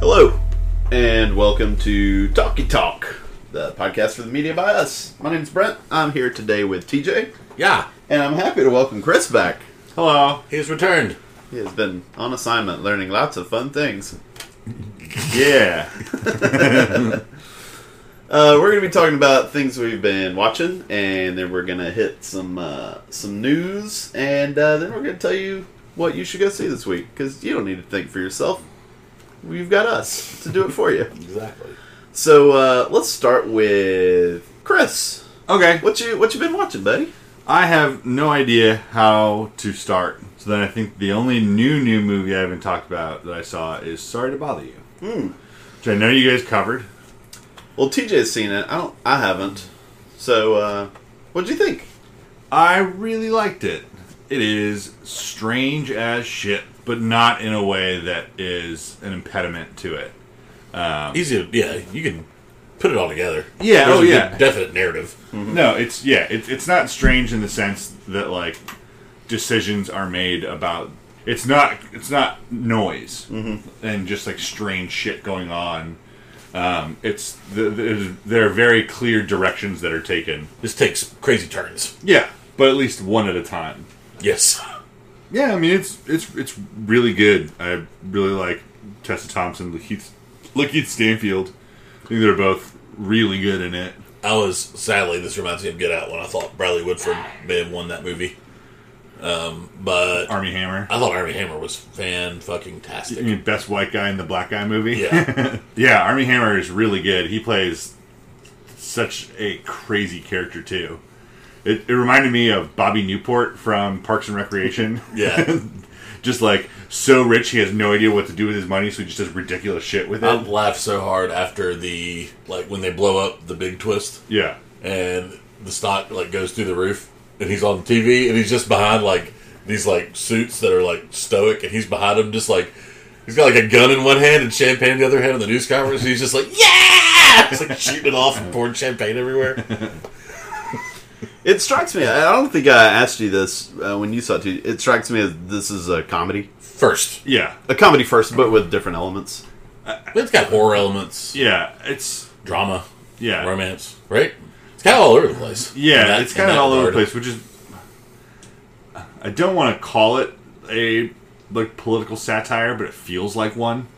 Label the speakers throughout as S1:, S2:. S1: Hello, and welcome to Talkie Talk, the podcast for the media by us. My name's Brent. I'm here today with TJ,
S2: Yeah,
S1: and I'm happy to welcome Chris back. Hello.
S2: he's returned.
S1: He has been on assignment learning lots of fun things.
S3: Yeah.
S1: Uh, we're going to be talking about things we've been watching, and then we're going to hit some uh, some news, and uh, then we're going to tell you what you should go see this week because you don't need to think for yourself. You've got us to do it for you.
S2: Exactly.
S1: So uh, let's start with Chris.
S3: Okay.
S1: What you what you been watching, buddy?
S3: I have no idea how to start. So then I think the only new new movie I haven't talked about that I saw is Sorry to Bother You. Hmm. Which I know you guys covered.
S1: Well, TJ's seen it. I don't. I haven't. So uh, what'd you think?
S3: I really liked it. It is strange as shit, but not in a way that is an impediment to it.
S2: Easy. To, yeah, you can put it all together.
S3: Yeah,
S2: There's
S3: oh,
S2: a good
S3: yeah. Mm-hmm.
S2: definite narrative.
S3: No, it's yeah, it's it's not strange in the sense that like decisions are made about. It's not it's not noise and just like strange shit going on. Um, it's the, the, there are very clear directions that are taken.
S2: This takes crazy turns.
S3: Yeah, but at least one at a time.
S2: Yes.
S3: Yeah, I mean it's it's it's really good. I really like Tessa Thompson, Lakeith, Lakeith Stanfield. I think they're both really good in it.
S2: I was sadly this reminds me of Get Out when I thought Bradley Woodford may have won that movie. Um, but
S3: Army Hammer.
S2: I thought Army Hammer was fan fucking
S3: I
S2: tastic.
S3: mean, best white guy in the black guy movie.
S2: Yeah.
S3: yeah. Army Hammer is really good. He plays such a crazy character too. It, it reminded me of Bobby Newport from Parks and Recreation.
S2: Yeah.
S3: just like so rich, he has no idea what to do with his money, so he just does ridiculous shit with it.
S2: I laughed so hard after the like when they blow up the big twist
S3: yeah,
S2: and the stock like goes through the roof and he's on TV and he's just behind like these like suits that are like stoic and he's behind him just like he's got like a gun in one hand and champagne in the other hand on the news conference and he's just like yeah it's like shooting it off and pouring champagne everywhere
S1: It strikes me. I don't think I asked you this uh, when you saw it. TJ. It strikes me as this is a comedy,
S2: first
S3: yeah,
S1: a comedy first, but with different elements.
S2: it's got horror elements
S3: yeah. It's
S2: drama
S3: yeah,
S2: romance right it's kind of all over the place
S3: Yeah,
S2: In that-
S3: it's
S2: in
S3: kind of
S2: that
S3: all over the
S2: regard.
S3: place, which is I don't want to call it a like political satire, but it feels like one.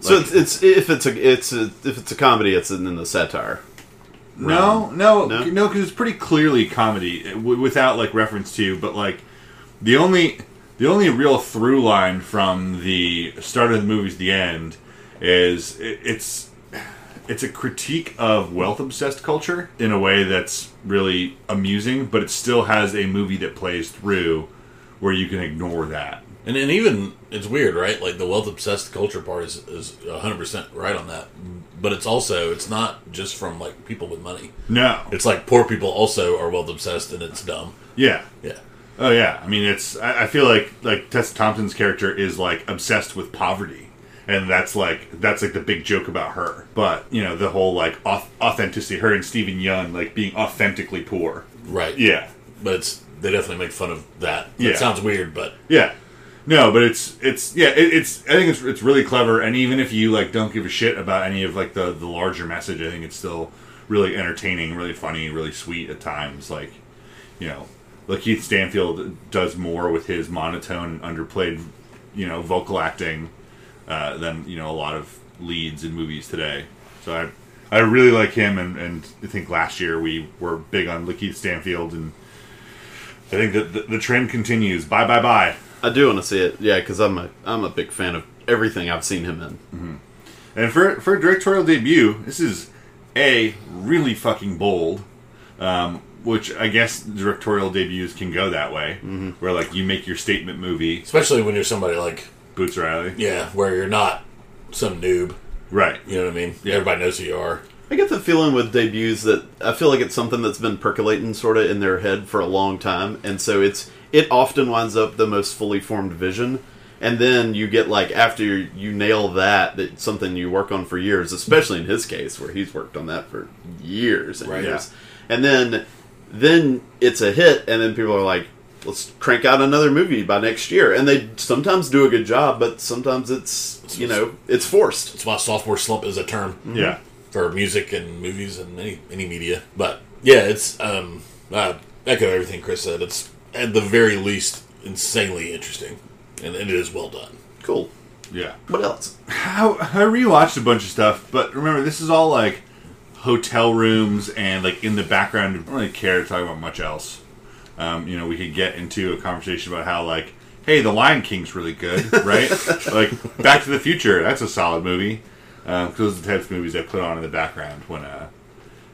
S1: So
S3: Like-
S1: it's, it's if it's a it's a, if it's a comedy, it's in the satire.
S3: No, no,
S1: No?
S3: no, because it's pretty clearly comedy uh, w- without like reference to. But like the only the only real through line from the start of the movie to the end is it, it's it's a critique of wealth obsessed culture in a way that's really amusing, but it still has a movie that plays through where you can ignore that.
S2: And and even it's weird, right? Like the wealth obsessed culture part is is hundred percent right on that. But it's also it's not just from like people with money.
S3: No,
S2: It's like poor people also are wealth obsessed, and it's dumb.
S3: yeah.
S2: Yeah,
S3: Oh yeah, I mean it's. I, I feel like like Tessa Thompson's character is like obsessed with poverty, and that's like that's like the big joke about her. But you know the whole like auth- authenticity, her and Stephen Young like being authentically poor.
S2: right.
S3: Yeah,
S2: but it's they definitely make fun of that.
S3: Yeah.
S2: It sounds weird, but
S3: yeah. No, but it's it's yeah it, it's I think it's it's really clever, and even if you like don't give a shit about any of like the the larger message, I think it's still really entertaining, really funny, really sweet at times. Like you know, like Keith Stanfield does more with his monotone, underplayed, you know, vocal acting uh, than you know a lot of leads in movies today. So I I really like him, and, and I think last year we were big on Lakeith Stanfield, and I think that the, the trend continues. Bye bye bye.
S1: I do want to see it, yeah, because I'm a I'm a big fan of everything I've seen him in.
S3: And for for a directorial debut, this is a really fucking bold. Um, which I guess directorial debuts can go that way, mm-hmm. where like you make your statement movie,
S2: especially when you're somebody like
S3: Boots Riley,
S2: yeah, where you're not some noob.
S3: right?
S2: You know what I mean? Everybody knows who you are.
S1: I get the feeling with debuts that I feel like it's something that's been percolating sort of in their head for a long time, and so it's it often winds up the most fully formed vision, and then you get like after you nail that that something you work on for years, especially in his case where he's worked on that for years and
S2: Right.
S1: years, and then then it's a hit, and then people are like, let's crank out another movie by next year. And they sometimes do a good job, but sometimes it's you know it's forced.
S2: It's why sophomore slump is a term
S3: Yeah.
S2: for music and movies and any any media. But yeah, it's um, I echo everything Chris said. It's at the very least insanely interesting, and, and it is well done.
S1: Cool.
S3: Yeah.
S1: What else?
S3: How I rewatched a bunch of stuff, but remember this is all like hotel rooms and like in the background. I don't really care to talk about much else. Um, you know, we could get into a conversation about how like, hey, The Lion King's really good, right? like Back to the Future, that's a solid movie. Um, 'cause those are the types of movies I put on in the background when uh,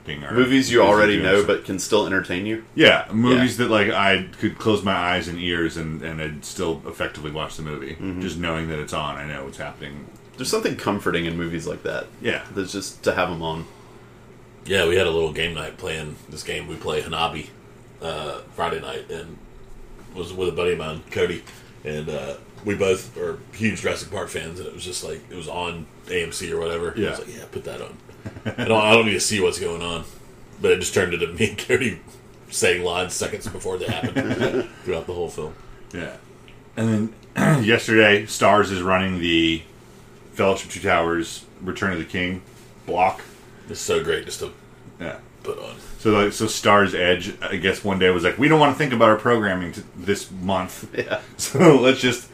S3: being
S1: Movies you already know but can still entertain you.
S3: yeah, movies that like I could close my eyes and ears and and I'd still effectively watch the movie,
S1: Mm-hmm.
S3: just knowing that it's on. I know what's happening.
S1: There's something comforting in movies like that.
S3: Yeah.
S1: There's just to have them on.
S2: Yeah, we had a little game night playing this game we play Hanabi uh, Friday night, and was with a buddy of mine, Cody, and uh, we both are huge Jurassic Park fans, and it was just like it was on AMC or whatever. I
S3: Yeah.
S2: was like, yeah, put that on. I don't, I don't need to see what's going on, but it just turned into me and Cody saying lines seconds before they happened throughout the whole film.
S3: Yeah. And then yesterday, Stars is running the Fellowship Two Towers Return of the King block.
S2: It's so great just to
S3: Yeah.
S2: put on.
S3: So like so Stars Edge, I guess one day was like, we don't want to think about our programming t- this month.
S1: Yeah.
S3: So let's just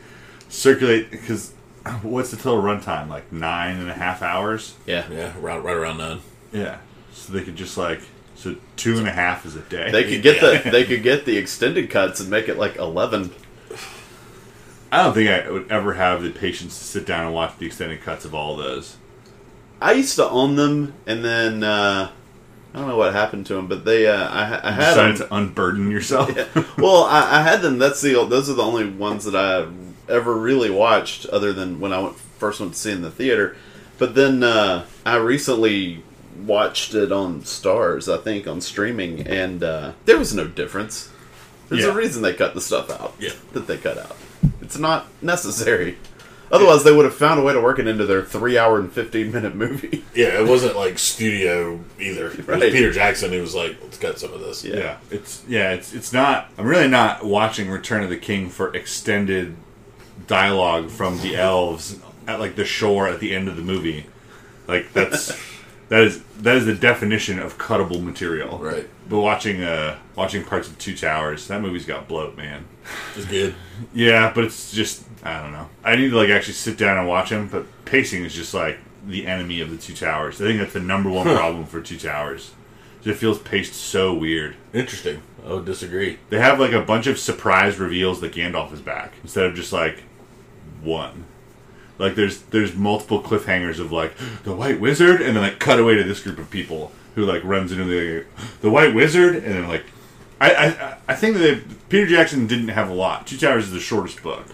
S3: circulate because what's the total runtime? Like nine and a half hours.
S1: Yeah.
S2: Yeah, right, right around nine.
S3: Yeah. So they could just like so two and a half is a day.
S1: They could get the they could get the extended cuts and make it like eleven.
S3: I don't think I would ever have the patience to sit down and watch the extended cuts of all those.
S1: I used to own them, and then uh, I don't know what happened to them, but they uh, I, I had
S3: Decided
S1: them.
S3: to unburden yourself.
S1: well, I, I had them. That's the those are the only ones that I ever really watched, other than when I went first went to see in the theater. But then uh, I recently watched it on Stars, I think, on streaming, and uh, there was no difference. There's
S3: Yeah.
S1: a reason they cut the stuff out
S2: Yeah.
S1: that they cut out. It's not necessary. Otherwise, they would have found a way to work it into their three-hour and fifteen-minute movie.
S2: Yeah, it wasn't like studio either. It was
S1: Right.
S2: Peter Jackson who was like, let's cut some of this.
S1: Yeah.
S3: Yeah, it's yeah, it's it's not. I'm really not watching Return of the King for extended dialogue from the elves at like the shore at the end of the movie. Like that's that is that is the definition of cuttable material.
S2: Right.
S3: But watching uh watching parts of Two Towers, that movie's got bloat, man.
S2: It's good.
S3: Yeah, but it's just I don't know. I need to like actually sit down and watch them, but pacing is just like the enemy of the Two Towers. I think that's the number one problem for Two Towers. It feels paced so weird.
S2: Interesting. I would disagree.
S3: They have like a bunch of surprise reveals that Gandalf is back instead of just like one. Like there's there's multiple cliffhangers of like the White Wizard and then like cut away to this group of people who like runs into the the White Wizard and then like I I, I- I think that they, Peter Jackson didn't have a lot. Two Towers is the shortest book,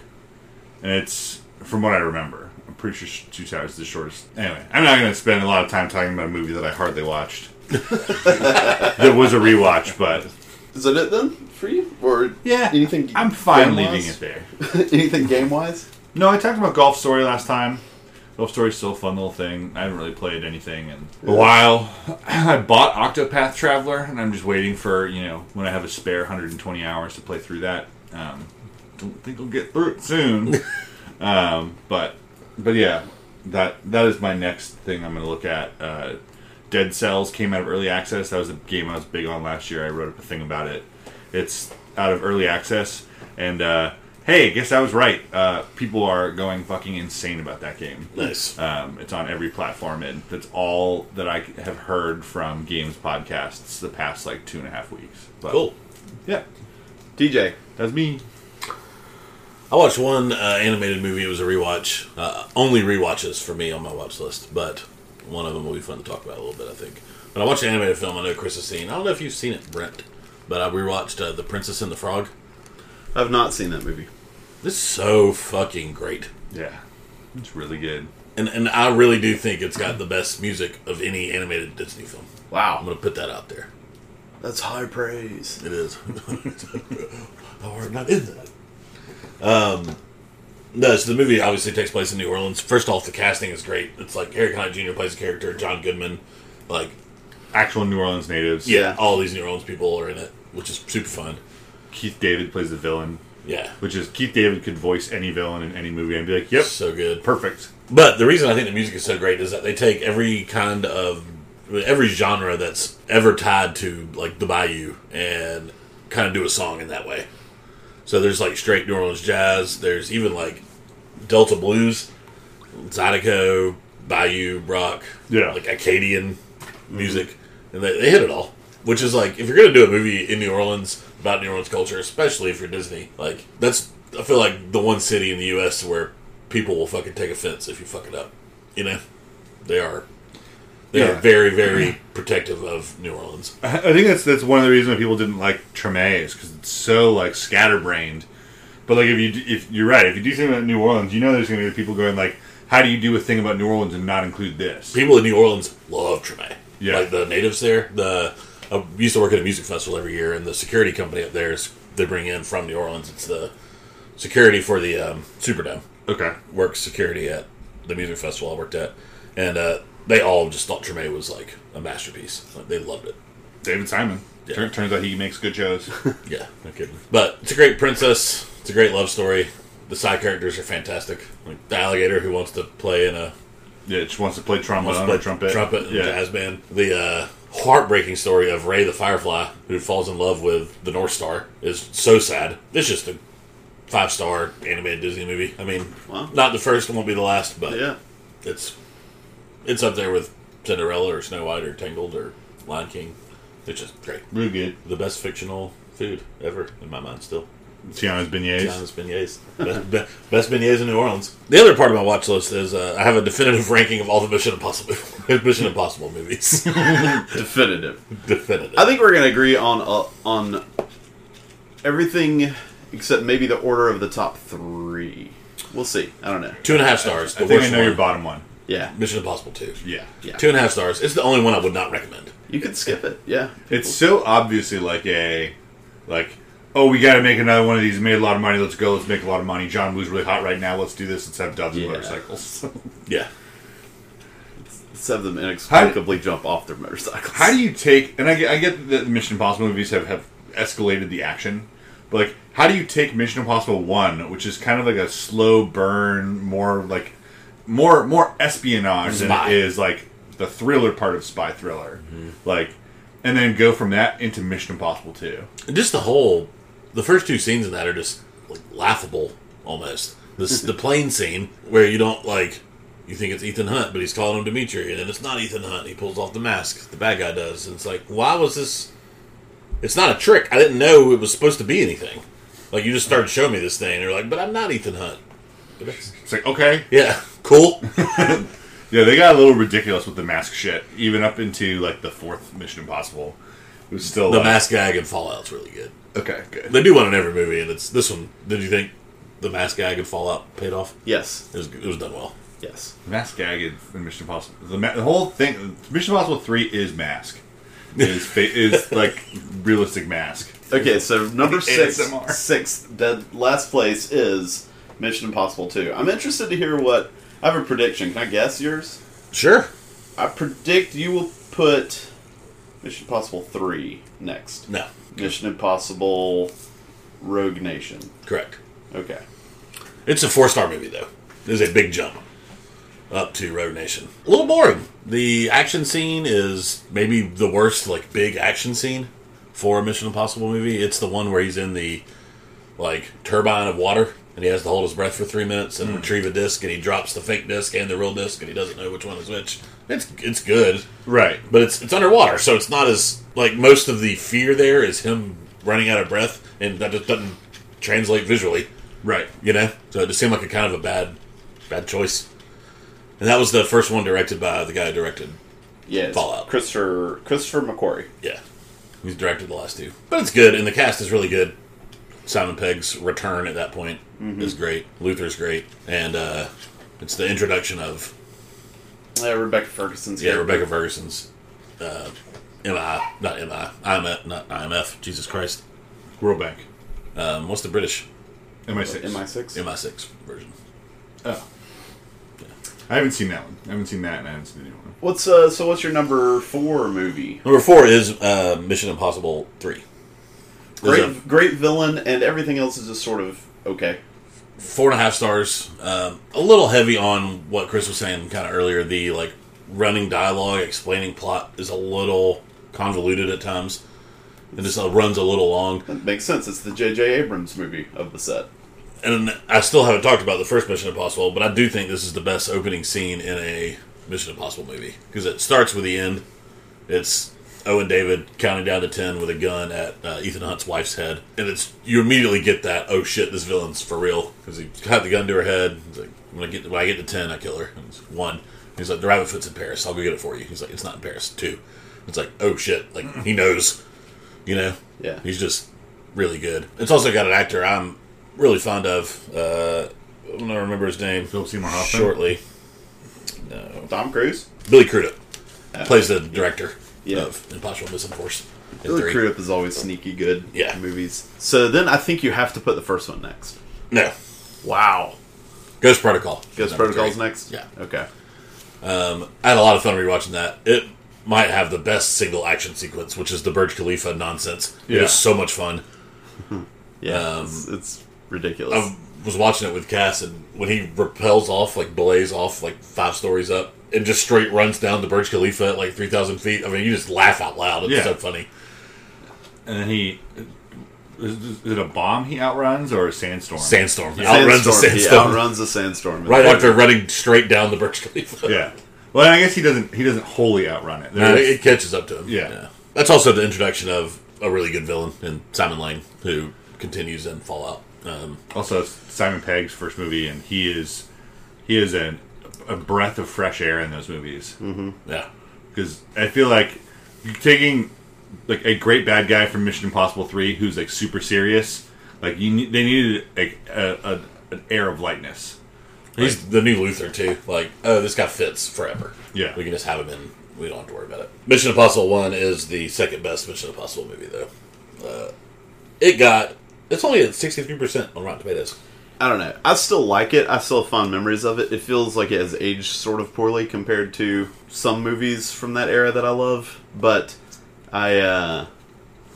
S3: and it's from what I remember. I'm pretty sure Two Towers is the shortest. Anyway, I'm not going to spend a lot of time talking about a movie that I hardly watched. there was a rewatch, but
S1: Is that it then for you, or
S3: yeah,
S1: Anything?
S3: I'm fine
S1: game-wise?
S3: leaving it there.
S1: Anything game wise?
S3: No, I talked about golf story last time. Golf story's still a fun little thing. I haven't really played anything in a while. I bought Octopath Traveler, and I'm just waiting for you know when I have a spare 120 hours to play through that. Um, don't think I'll get through it soon. um, but but yeah, that that is my next thing I'm going to look at. Uh, Dead Cells came out of early access. That was a game I was big on last year. I wrote up a thing about it. It's out of early access, and uh, hey, I guess I was right. Uh, people are going fucking insane about that game.
S2: Nice.
S3: Um, it's on every platform, and that's all that I have heard from games podcasts the past like two and a half weeks. But,
S2: Cool.
S3: Yeah,
S1: DJ.
S3: that's me.
S2: I watched one uh, animated movie. It was a rewatch. Uh, only rewatches for me on my watch list, but one of them will be fun to talk about a little bit, I think. But I watched an animated film I know Chris has seen. I don't know if you've seen it, Brent, but I rewatched uh, The Princess and the Frog.
S1: I've not seen that movie.
S2: This is so fucking great.
S3: Yeah, it's really good.
S2: And, and I really do think it's got the best music of any animated Disney film. I'm
S1: Wow.
S2: going to put that out there.
S1: That's high praise.
S2: It is. How are not in that? Um, no, so the movie obviously takes place in New Orleans. First off, the casting is great. It's like Harry Connick Jr. plays a character, John Goodman, like
S3: Actual New Orleans natives.
S1: Yeah.
S2: all these New Orleans people are in it, which is super fun.
S3: Keith David plays the villain,
S2: Yeah.
S3: which is Keith David could voice any villain in any movie and be like, "Yep,
S2: So good.
S3: perfect."
S2: But the reason I think the music is so great is that they take every kind of every genre that's ever tied to like the Bayou and kind of do a song in that way. So there's like straight New Orleans jazz. There's even like Delta blues, Zydeco, Bayou rock,
S3: Yeah.
S2: like Acadian music, and they, they hit it all. Which is like if you're gonna do a movie in New Orleans about New Orleans culture, especially if you're Disney, like that's I feel like the one city in the U.S. where people will fucking take offense if you fuck it up. You know, they are they
S3: Yeah.
S2: are very very protective of New Orleans.
S3: I I think that's that's one of the reasons why people didn't like Treme is because it's so like scatterbrained. But like if you d- if you're right, if you do something about New Orleans, you know there's gonna be people going like, "How do you do a thing about New Orleans and not include this?"
S2: people in New Orleans love Treme.
S3: Yeah.
S2: Like the natives there, the I used to work at a music festival every year, and the security company up there is they bring in from New Orleans. It's the security for the um, Superdome.
S3: Okay,
S2: Works security at the music festival I worked at, and uh, they all just thought Treme was like a masterpiece. Like, they loved it.
S3: David Simon.
S2: Yeah.
S3: Tur- turns out he makes good shows.
S2: Yeah, no kidding. But it's a great princess. It's a great love story. The side characters are fantastic. Like the alligator who wants to play in a
S3: yeah, just wants to play trombone,
S2: Must
S3: or
S2: play
S3: trumpet,
S2: trumpet, and
S3: yeah.
S2: jazz band. The uh, heartbreaking story of Ray the Firefly, who falls in love with the North Star, is so sad. It's just a five star animated Disney movie. I mean,
S1: Wow.
S2: not the first, won't be the last, but
S1: Yeah.
S2: it's it's up there with Cinderella or Snow White or Tangled or Lion King. It's just great.
S3: Real good.
S2: The best fictional food ever in my mind, still.
S3: Tiana's beignets.
S2: Giannis beignets. Best, be- best beignets in New Orleans. The other part of my watch list is uh, I have a definitive ranking of all the Mission Impossible Mission Impossible movies.
S1: Definitive.
S2: definitive.
S1: I think we're gonna agree on uh, on everything except maybe the order of the top three. We'll see. I don't know.
S2: Two and a half stars. The
S3: I think I
S2: worst
S3: know
S2: one.
S3: your bottom one.
S1: Yeah,
S2: Mission Impossible Two.
S3: Yeah.
S1: yeah.
S2: Two and a half stars. It's the only one I would not recommend.
S1: You could skip it. Yeah,
S3: It's so obviously like a, like, oh, we got to make another one of these. Made a lot of money. Let's go. Let's make a lot of money. John Woo's really hot right now. Let's do this. Let's have doves
S1: Yeah.
S3: and motorcycles.
S2: Yeah.
S1: Let's have them inexplicably jump off their motorcycles.
S3: How do you take? And I get, I get that the Mission Impossible movies have have escalated the action, but like, how do you take Mission Impossible One, which is kind of like a slow burn, more like more more espionage than
S2: Spy. Mm-hmm.
S3: it is like the thriller part of spy thriller, like, and then go from that into Mission Impossible Two.
S2: And just the whole, the first two scenes in that are just like laughable almost. This the plane scene where you don't like, you think it's Ethan Hunt, but he's calling him Dimitri, and then it's not Ethan Hunt. He pulls off the mask. The bad guy does, and it's like, why was this? It's not a trick. I didn't know it was supposed to be anything. Like you just started showing me this thing, and you're like, but I'm not Ethan Hunt. But that's-
S3: It's like okay,
S2: Yeah, cool.
S3: Yeah, they got a little ridiculous with the mask shit, even up into like the fourth Mission Impossible. It was still
S2: The
S3: like,
S2: mask gag in Fallout's really good.
S3: Okay, good.
S2: They do one in every movie, and it's this one. Did you think the mask gag in Fallout paid off?
S1: Yes,
S2: It was, it was done well.
S1: yes.
S3: The mask gag in in Mission Impossible. The, ma- the whole thing, Mission Impossible Three is mask. Is fa- is like realistic mask.
S1: Okay, so number six,
S3: ASMR.
S1: sixth, dead last place is Mission Impossible Two. I'm interested to hear what I have a prediction. Can I guess yours?
S2: Sure.
S1: I predict you will put Mission Impossible Three next.
S2: No.
S1: Mission Impossible Rogue Nation.
S2: Correct.
S1: Okay.
S2: It's a four star movie though. There's a big jump up to Road Nation. A little boring. The action scene is maybe the worst like big action scene for a Mission Impossible movie. It's the one where he's in the like turbine of water and he has to hold his breath for three minutes and retrieve a disc and he drops the fake disc and the real disc and he doesn't know which one is which. It's it's good.
S3: Right.
S2: But it's it's underwater, so it's not as like most of the fear there is him running out of breath and that just doesn't translate visually
S3: Right.
S2: you know. So it just seemed like a kind of a bad, bad choice. And that was the first one directed by the guy who directed.
S1: Yeah. it's
S2: Fallout.
S1: Christopher Christopher McQuarrie.
S2: Yeah, he's directed the last two, but it's good, and the cast is really good. Simon Pegg's return at that point is great. Luther's great, and uh, it's the introduction of
S1: Yeah, Rebecca Ferguson's
S2: yeah
S1: here.
S2: Rebecca Ferguson's uh, MI, not MI, IMF, not IMF. Jesus Christ,
S3: World Bank.
S2: um, what's the British
S3: MI six.
S1: MI six.
S2: MI six version?
S3: Oh. I haven't seen that one. I haven't seen that, and I haven't seen the new one.
S1: What's uh? So what's your number four movie?
S2: Number four is uh, Mission Impossible three.
S1: Great,
S2: There's a-
S1: great villain, and everything else is just sort of okay.
S2: four and a half stars. Um, a little heavy on what Chris was saying kind of earlier. The like running dialogue, explaining plot is a little convoluted at times. It just uh, runs a little long.
S1: That makes sense. It's the J.J. Abrams movie of the set.
S2: And I still haven't talked about the first Mission Impossible, but I do think this is the best opening scene in a Mission Impossible movie because it starts with the end. It's Owen David counting down to ten with a gun at uh, Ethan Hunt's wife's head, and it's you immediately get that oh shit this villain's for real because he had the gun to her head. He's like when I get when I get to ten I kill her. And it's one. He's like the rabbit foot's in Paris. I'll go get it for you. He's like it's not in Paris. Two. It's like oh shit like he knows, you know.
S1: Yeah.
S2: He's just really good. It's also got an actor I'm really fond of. Uh, I'm gonna remember his name
S3: Philip Seymour Hoffman.
S2: shortly.
S1: Tom Cruise.
S2: Billy Crudup plays the director
S1: Uh, Yeah.
S2: of Impossible Mission Force. in
S1: Billy
S2: three.
S1: Crudup is always sneaky good.
S2: Yeah.
S1: in movies. So then I think you have to put the first one next.
S2: No,
S1: Wow.
S2: Ghost Protocol.
S1: Ghost
S2: Number
S1: Protocol's
S2: three.
S1: next.
S2: Yeah,
S1: Okay.
S2: I had a lot of fun rewatching that. It might have the best single action sequence, which is the Burj Khalifa nonsense. It
S3: Yeah.
S2: is so much fun.
S1: Yeah,
S2: Um,
S1: it's, it's ridiculous.
S2: I was watching it with Cass, and when he repels off, like blaze off, like five stories up, and just straight runs down the Burj Khalifa at like three thousand feet. I mean, you just laugh out loud. It's
S3: Yeah.
S2: so funny.
S3: And then he. Is, is it a bomb he outruns or a sandstorm?
S2: Sandstorm outruns
S1: Sandstorm.
S2: the
S1: He
S2: sandstorm
S1: outruns the sandstorm.
S2: right after running straight down the Burj Khalifa.
S3: Yeah. Well, I guess he doesn't. He doesn't wholly outrun it.
S2: No,
S3: There
S2: it,
S3: is-
S2: it catches up to him.
S3: Yeah.
S2: That's also the introduction of a really good villain in Simon Lane, who continues in Fallout. Um,
S3: also, it's Simon Pegg's first movie, and he is he is an, a breath of fresh air in those movies.
S2: yeah.
S3: because I feel like you're taking like a great bad guy from Mission Impossible Three, who's like super serious. Like you, ne- they needed like a, a, an air of lightness.
S2: He's the new Luther, too. Like, oh, this guy fits forever.
S3: Yeah.
S2: We can just have him in. We don't have to worry about it. Mission Impossible 1 is the second best Mission Impossible movie, though. Uh, it got. It's only at 63% on Rotten Tomatoes.
S1: I don't know. I still like it. I still have fond memories of it. It feels like it has aged sort of poorly compared to some movies from that era that I love. But I, uh,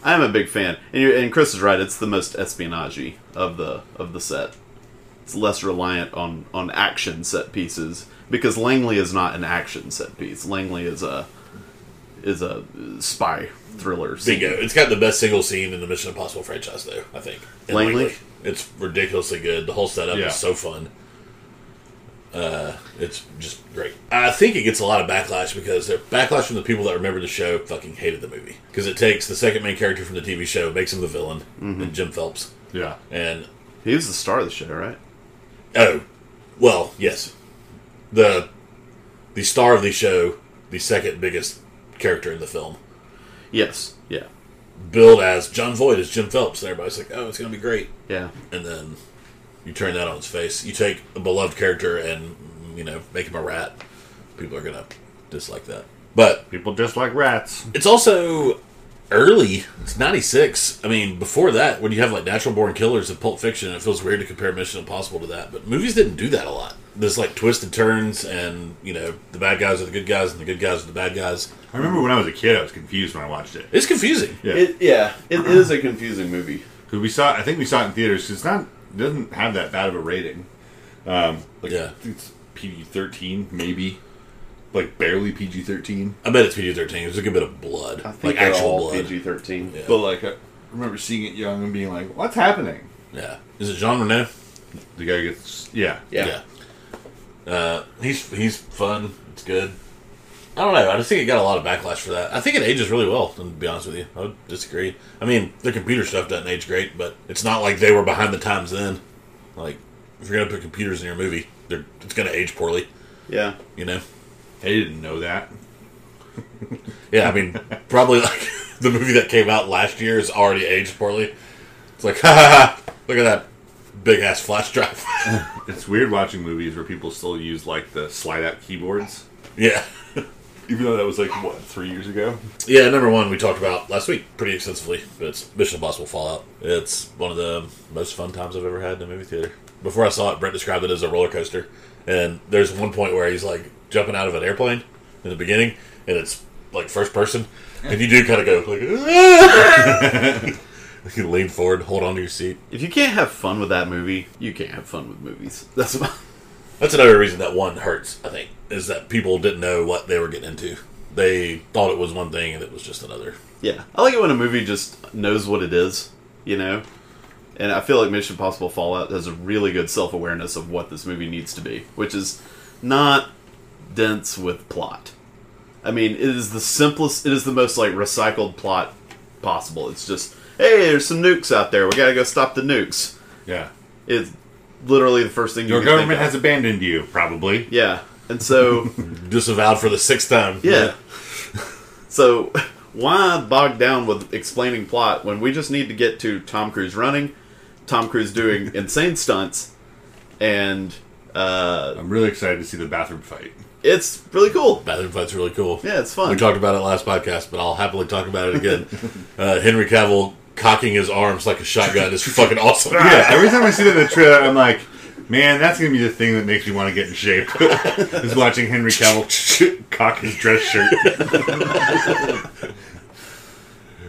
S1: I am a big fan. And, you, and Chris is right. It's the most espionage of the of the set. It's less reliant on on action set pieces because Langley is not an action set piece. Langley is a is a spy thriller.
S2: Bingo. It's got the best single scene in the Mission Impossible franchise, though, I think. in
S1: Langley?
S2: It's ridiculously good. The whole setup
S3: Yeah.
S2: is so fun. Uh, it's just great. I think it gets a lot of backlash because the backlash from the people that remember the show fucking hated the movie. Because it takes the second main character from the TV show, makes him the villain, and Jim Phelps.
S3: Yeah,
S2: And,
S1: He was the star of the show, right?
S2: oh, well, yes. The, the star of the show, the second biggest character in the film,
S1: Yes. Yeah.
S2: billed as John Voight as Jim Phelps. And everybody's like, oh, it's going to be great.
S1: Yeah.
S2: and then you turn that on its face. You take a beloved character and you know make him a rat. People are gonna dislike that. But
S3: people just like rats.
S2: it's also early. It's '96. I mean, before that, when you have like Natural Born Killers and Pulp Fiction, it feels weird to compare Mission Impossible to that. But movies didn't do that a lot. There's like twists and turns, and you know the bad guys are the good guys, and the good guys are the bad guys.
S3: I remember when I was a kid, I was confused when I watched it
S2: It's confusing.
S3: Yeah.
S1: It, yeah, it is a confusing movie.
S3: because we saw. I think we saw it in theaters. 'cause it's not it doesn't have that bad of a rating. Um, like
S2: Yeah.
S3: I think it's PG thirteen maybe, like barely PG thirteen.
S2: I bet it's PG-13. There's a good bit of blood,
S1: I think
S2: like
S1: they're
S2: actual
S1: all
S2: blood.
S1: PG thirteen.
S2: Yeah.
S3: But like I remember seeing it young and being like, "What's happening?"
S2: yeah. Is it Jean Reno?
S3: The guy gets yeah.
S2: Yeah. Uh, he's he's fun. It's good. I don't know. I just think it got a lot of backlash for that. I think it ages really well. To be honest with you, I would disagree. I mean, the computer stuff doesn't age great, but it's not like they were behind the times then. Like, if you're gonna put computers in your movie, they're, it's gonna age poorly.
S1: Yeah.
S2: You know?
S3: I didn't know that.
S2: Yeah. I mean, probably like the movie that came out last year is already aged poorly. It's like, ha ha ha! Look at that big ass flash drive.
S3: It's weird watching movies where people still use like the slide out keyboards,
S2: yeah.
S3: even though that was like what three years ago.
S2: Yeah, number one we talked about last week pretty extensively. But it's Mission Impossible Fallout. It's one of the most fun times I've ever had in a movie theater. Before I saw it, Brett described it as a roller coaster. And there's one point where he's like jumping out of an airplane in the beginning, and it's like first person, and you do kind of go like, "Ah!" You lean forward, hold on to your seat.
S1: If you can't have fun with that movie, you can't have fun with movies. That's about.
S2: That's another reason that one hurts, I think, is that people didn't know what they were getting into. They thought it was one thing and it was just another.
S1: Yeah, I like it when a movie just knows what it is, you know. And I feel like Mission Impossible Fallout has a really good self awareness of what this movie needs to be, which is not dense with plot. I mean, it is the simplest. It is the most like recycled plot possible. It's just, hey, there's some nukes out there. We gotta go stop the nukes.
S3: Yeah.
S1: It's literally the first thing you
S3: Your
S1: can
S3: government
S1: think
S3: has
S1: of.
S3: abandoned you, probably.
S1: Yeah, and so
S2: Disavowed for the sixth time.
S1: Yeah. so why bog down with explaining plot when we just need to get to Tom Cruise running, Tom Cruise doing insane stunts, and uh,
S3: I'm really excited to see the bathroom fight.
S1: it's really cool.
S2: Bathroom fight's really cool.
S1: Yeah, it's fun.
S2: We talked about it last podcast, but I'll happily talk about it again. uh, Henry Cavill cocking his arms like a shotgun is fucking awesome.
S3: Yeah, every time I see that in the trailer, I'm like, man, that's gonna be the thing that makes me want to get in shape. is watching Henry Cavill cock his dress shirt.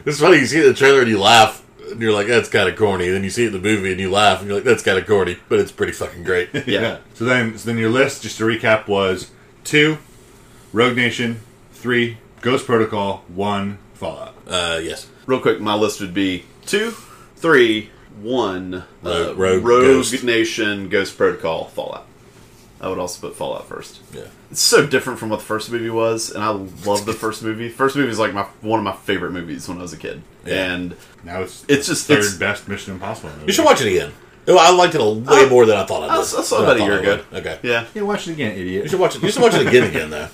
S2: It's funny, you see it in the trailer and you laugh, and you're like, that's kind of corny. Then you see it in the movie and you laugh, and you're like, that's kind of corny, but it's pretty fucking great.
S1: Yeah.
S3: So then, so then your list, just to recap, was two, Rogue Nation, three, Ghost Protocol, one, Fallout.
S2: uh, yes.
S1: Real quick, my list would be two, three, one. uh,
S2: Ro- Rogue Ghost.
S1: Nation, Ghost Protocol, Fallout. I would also put Fallout first.
S2: Yeah.
S1: It's so different from what the first movie was, and I love the first movie. First movie is like my one of my favorite movies when I was a kid,
S2: Yeah.
S1: and
S3: Now it's
S1: It's just-
S3: third
S1: it's-
S3: best Mission Impossible. Movie.
S2: You should watch it again. No, Oh, I liked it a way
S1: I-
S2: more than I thought I did.
S1: I saw- I saw
S2: Than I
S1: about a
S2: thought
S1: year
S2: I
S1: ago.
S2: would. Okay.
S1: yeah,
S3: Yeah, watch it again,
S2: You
S3: idiot.
S2: should watch it. You should watch it again, again though.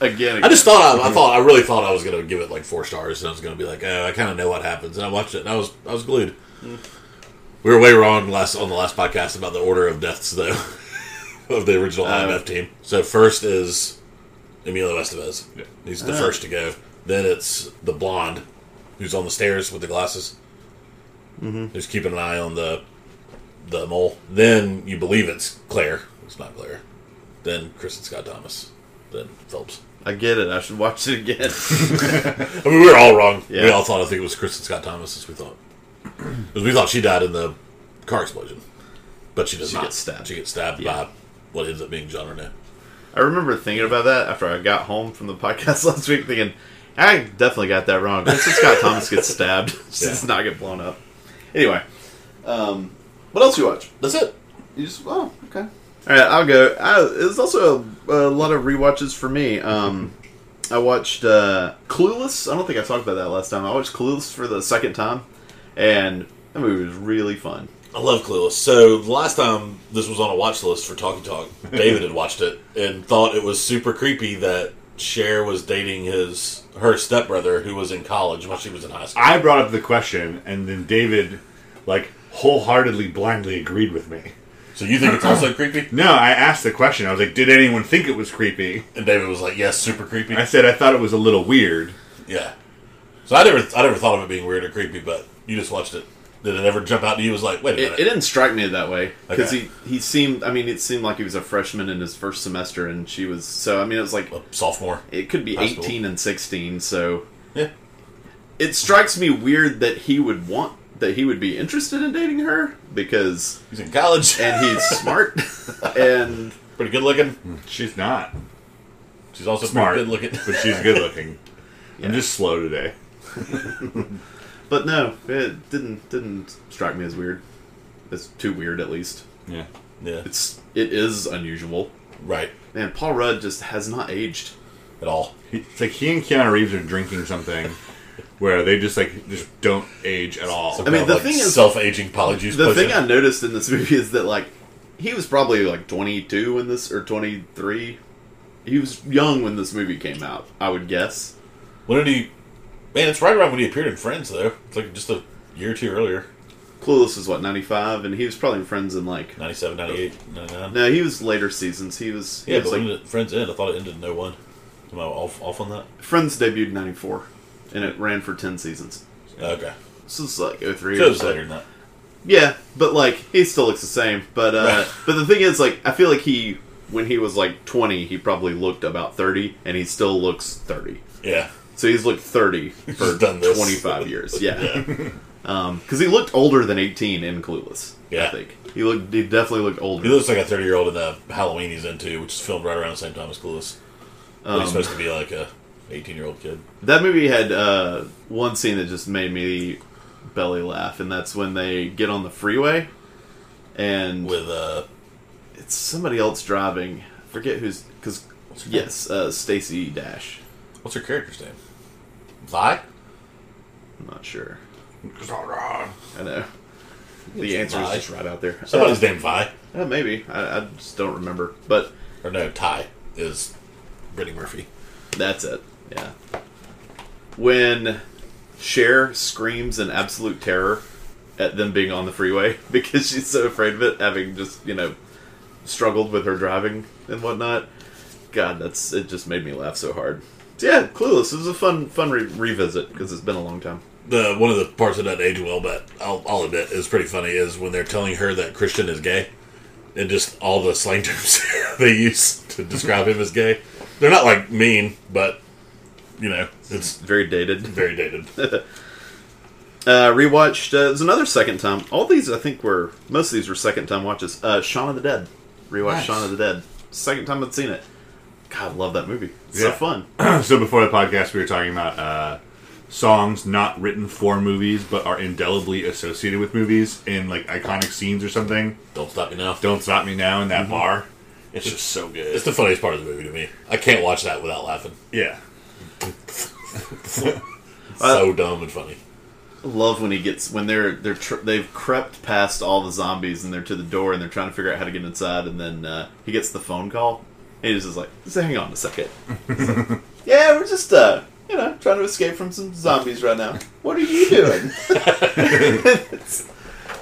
S1: again,
S2: I just thought I, I thought I really thought I was gonna give it like four stars, and I was gonna be like, oh, I kind of know what happens. And I watched it, and I was I was glued. We were way wrong last on the last podcast about the order of deaths, though, of the original IMF team. So first is Emilio Estevez. He's the first to go. Then it's the blonde, who's on the stairs with the glasses, mm-hmm. who's keeping an eye on the the mole. Then you believe it's Claire. It's not Claire. Then Kristen Scott Thomas. Then Phelps.
S1: I get it. I should watch it again.
S2: I mean, we were all wrong.
S1: Yeah.
S2: We all thought I think it was Kristen Scott Thomas as we thought. 'Cause we thought she died in the car explosion, but she does
S1: She
S2: not.
S1: gets stabbed.
S2: She gets stabbed
S1: Yeah.
S2: by what ends up being John Renault.
S1: I remember thinking about that after I got home from the podcast last week, thinking I definitely got that wrong. Vincent Scott Thomas gets stabbed. She does not get blown up. Anyway, um, what else you watch?
S2: That's it.
S1: You just oh okay. All right, I'll go. I, it's also a, a lot of rewatches for me. Um, I watched uh, Clueless. I don't think I talked about that last time. I watched Clueless for the second time, and that movie was really fun.
S2: I love Clueless. So the last time this was on a watch list for Talkie Talk, David had watched it and thought it was super creepy that Cher was dating his her stepbrother who was in college while she was in high school.
S3: I brought up the question, and then David, like, wholeheartedly, blindly agreed with me.
S2: So you think it's also creepy?
S3: No, I asked the question. I was like, did anyone think it was creepy?
S2: And David was like, "Yes, super creepy."
S3: I said I thought it was a little weird.
S2: Yeah. So I never, I never thought of it being weird or creepy, but you just watched it. Did it ever jump out to you? as like, wait a
S1: It,
S2: minute.
S1: it didn't strike me that way because
S2: Okay.
S1: he, he seemed. I mean, it seemed like he was a freshman in his first semester, and she was. So I mean, it was like
S2: A sophomore.
S1: it could be
S2: High school.
S1: eighteen and sixteen. So
S2: Yeah.
S1: it strikes me weird that he would want that he would be interested in dating her because
S2: He's in college
S1: and he's smart and
S2: pretty good looking.
S3: She's not,
S2: She's also
S3: Hmm. Smart.
S2: pretty good looking.
S3: but she's good looking. I'm just slow today.
S1: but no, it didn't didn't strike me as weird. It's too weird, at least.
S3: Yeah.
S2: yeah.
S1: It's it is unusual.
S2: Right.
S1: Man, Paul Rudd just has not aged.
S2: At all.
S3: It's like he and Keanu Reeves are drinking something where they just like just don't age at all.
S1: I mean, the thing is-
S2: self-aging polyjuice.
S1: The
S2: potion.
S1: thing I noticed in this movie is that like he was probably like 22 when this or 23. He was young when this movie came out, I would guess.
S2: when did he? Man, it's right around when he appeared in Friends, though. It's like just a year or two earlier.
S1: Clueless is what 95 and he was probably in friends in like
S2: 97, 98, 99.
S1: No, he was later seasons. He was he
S2: yeah,
S1: was,
S2: but
S1: like-
S2: when did Friends end? I thought it ended in 01. Am I off, off on that?
S1: Friends debuted in 94 and it ran for 10 seasons.
S2: Okay.
S1: This is like 03
S2: So it
S1: or
S2: was
S1: so.
S2: later than that.
S1: Yeah, but like he still looks the same. But uh, but the thing is, like I feel like he when he was like twenty, he probably looked about thirty, and he still looks thirty.
S2: Yeah.
S1: So he's looked thirty for
S2: done this.
S1: twenty five years. Yeah. because he looked older than 18 in Clueless. I
S2: Yeah.
S1: think he looked. He definitely looked older.
S2: He looks like a 30 year old in the Halloween he's into, which is filmed right around the same time as Clueless. But he's supposed to be like a 18 year old kid.
S1: That movie had uh, one scene that just made me belly laugh, and that's when they get on the freeway, and
S2: With, uh,
S1: it's somebody else driving. I forget who's because yes, uh, Stacy Dash.
S2: what's her character's name? Vi?
S1: I'm not sure.
S2: Somebody's
S1: I know the
S2: It's
S1: answer is
S2: Vi.
S1: just right out there.
S2: named Vi.
S1: Uh, maybe I, I just don't remember, but
S2: Or no, Ty is Brittany Murphy.
S1: that's it. Yeah. When Cher screams in absolute terror at them being on the freeway because she's so afraid of it, having just you know struggled with her driving and whatnot. God, that's it. Just made me laugh so hard. So yeah, clueless. It was a fun, fun re- revisit because it's been a long time.
S2: The one of the parts that doesn't age well, but I'll, I'll admit is pretty funny is when they're telling her that Christian is gay, and just all the slang terms they use to describe him as gay. They're not like mean, but you know, it's
S1: Very dated.
S2: very dated.
S1: Uh, rewatched. Uh, it was another second time. All these, I think, were most of these were second time watches. Uh, Shaun of the Dead. Rewatched
S2: Nice.
S1: Shaun of the Dead. Second time I'd seen it. God, I love that movie. It's so
S3: Yeah.
S1: fun.
S3: so before the podcast, we were talking about uh, songs not written for movies, but are indelibly associated with movies in like iconic scenes or something.
S2: Don't stop me now.
S3: Don't stop me now in that bar. It's
S2: It's-
S3: just so
S2: It's
S3: good.
S2: the funniest part of the movie to me. I can't watch that without laughing.
S3: Yeah.
S2: so dumb and funny.
S1: Love when he gets when they're they're tr- they've crept past all the zombies and they're to the door and they're trying to figure out how to get inside and then uh, he gets the phone call and he's just like, just hang on a second. He's like, yeah, we're just uh you know trying to escape from some zombies right now. What are you doing?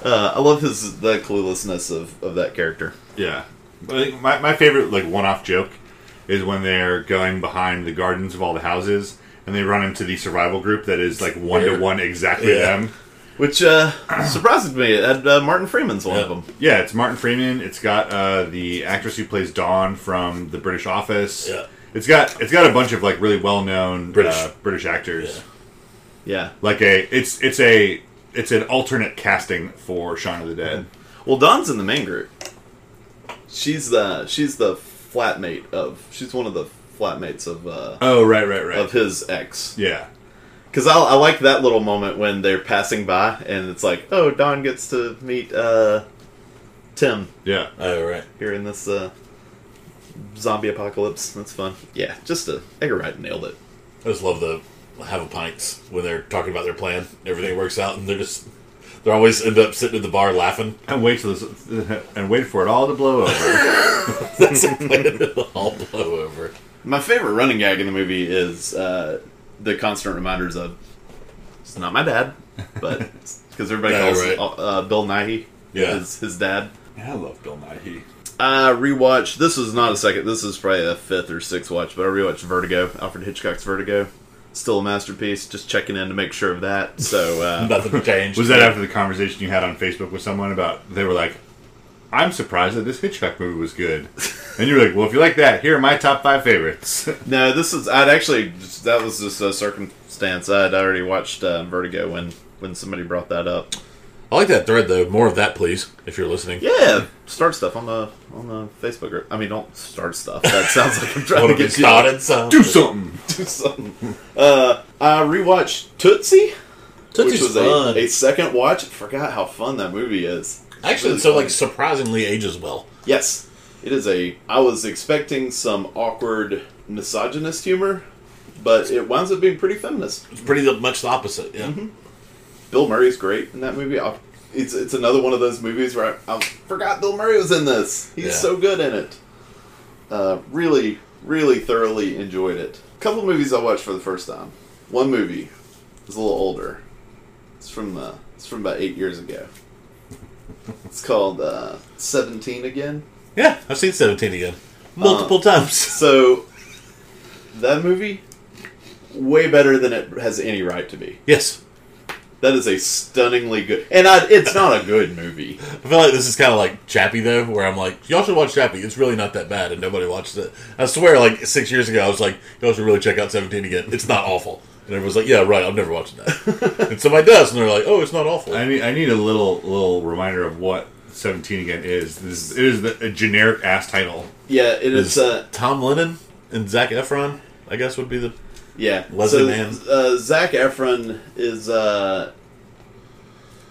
S1: uh, I love his the cluelessness of of that character.
S3: Yeah. But I think my, my favorite like one off joke is when they're going behind the gardens of all the houses and they run into the survival group that is like one to one exactly
S2: Yeah.
S3: them.
S1: Which uh, surprised me. And, uh, Martin Freeman's one of
S2: Yeah.
S1: them.
S3: Yeah, it's Martin Freeman. It's got uh, the actress who plays Dawn from The British Office.
S2: Yeah.
S3: It's got it's got a bunch of like really well known
S2: British.
S3: uh, British actors.
S2: Yeah.
S1: Yeah.
S3: Like a it's it's a it's an alternate casting for Shaun of the Dead.
S1: Well, Dawn's in the main group. She's the she's the flatmate of she's one of the flatmates of uh,
S3: Oh right right right.
S1: of his ex.
S3: yeah.
S1: Because I, I like that little moment when they're passing by and it's like, oh, Dawn gets to meet uh, Tim
S3: Yeah.
S2: Oh right.
S1: here in this uh, zombie apocalypse. That's fun. Yeah, just a Edgar Wright nailed it.
S2: I just love the having pints when they're talking about their plan. Everything works out, and they're just they're always end up sitting at the bar laughing.
S3: And wait till this, and wait for it all to blow over.
S2: That's a plan that'll all blow over.
S1: My favorite running gag in the movie is uh, the constant reminders of it's not my dad, but because everybody
S2: Yeah,
S1: calls
S2: right.
S1: uh, Bill Nighy
S2: Yeah.
S1: his, his dad.
S3: I love Bill Nighy.
S1: I rewatched. This is not a second. This is probably a fifth or sixth watch, but I rewatched Vertigo, Alfred Hitchcock's Vertigo. Still a masterpiece. Just checking in to make sure of that. So uh,
S2: Nothing changed.
S3: Was that after the conversation you had on Facebook with someone about they were like, "I'm surprised that this Hitchcock movie was good," and you were like, "Well, if you like that, here are my top five favorites."
S1: no, this is. I'd actually. Just, that was just a circumstance. I'd already watched uh, Vertigo when when somebody brought that up.
S2: I like that thread though. More of that, please, if you're listening.
S1: Yeah, start stuff on the on the Facebook group. I mean, don't start stuff. That sounds like I'm trying to
S2: Want to get
S1: get you
S2: started? So
S3: Do something.
S1: to do something. Uh, I rewatched Tootsie, which was a, a second watch. Forgot how fun that movie is.
S2: Actually,
S1: Really
S2: so
S1: fun.
S2: like surprisingly ages well.
S1: yes, it is a. I was expecting some awkward misogynist humor, but it winds up being pretty feminist.
S2: It's pretty much the opposite. Yeah.
S1: Mm-hmm. Bill Murray's great in that movie. I, it's it's another one of those movies where I, I forgot Bill Murray was in this. He's
S2: Yeah.
S1: so good in it. Uh, really, really thoroughly enjoyed it. A couple movies I watched for the first time. One movie is a little older. It's from uh, it's from about eight years ago. It's called uh, Seventeen Again.
S2: Yeah, I've seen Seventeen again multiple
S1: Uh,
S2: times.
S1: So that movie way better than it has any right to be.
S2: yes,
S1: That is a stunningly good, and I, it's not a good movie.
S2: I feel like this is kind of like Chappie though, where I'm like, y'all should watch Chappie. It's really not that bad, and nobody watches it. I swear, like six years ago, I was like, y'all should really check out Seventeen again. It's not awful. And everyone's like, "Yeah, right. I'm never watching that." and somebody does, and they're like, "Oh, it's not awful."
S3: I need I need a little little reminder of what Seventeen again is. This is, it is the, a generic ass title.
S1: Yeah, and it's uh,
S2: Tom Lennon and Zach Efron, I guess, would be the
S1: yeah.
S2: Leslie
S1: so,
S2: Mann.
S1: Uh, Zach Efron is uh,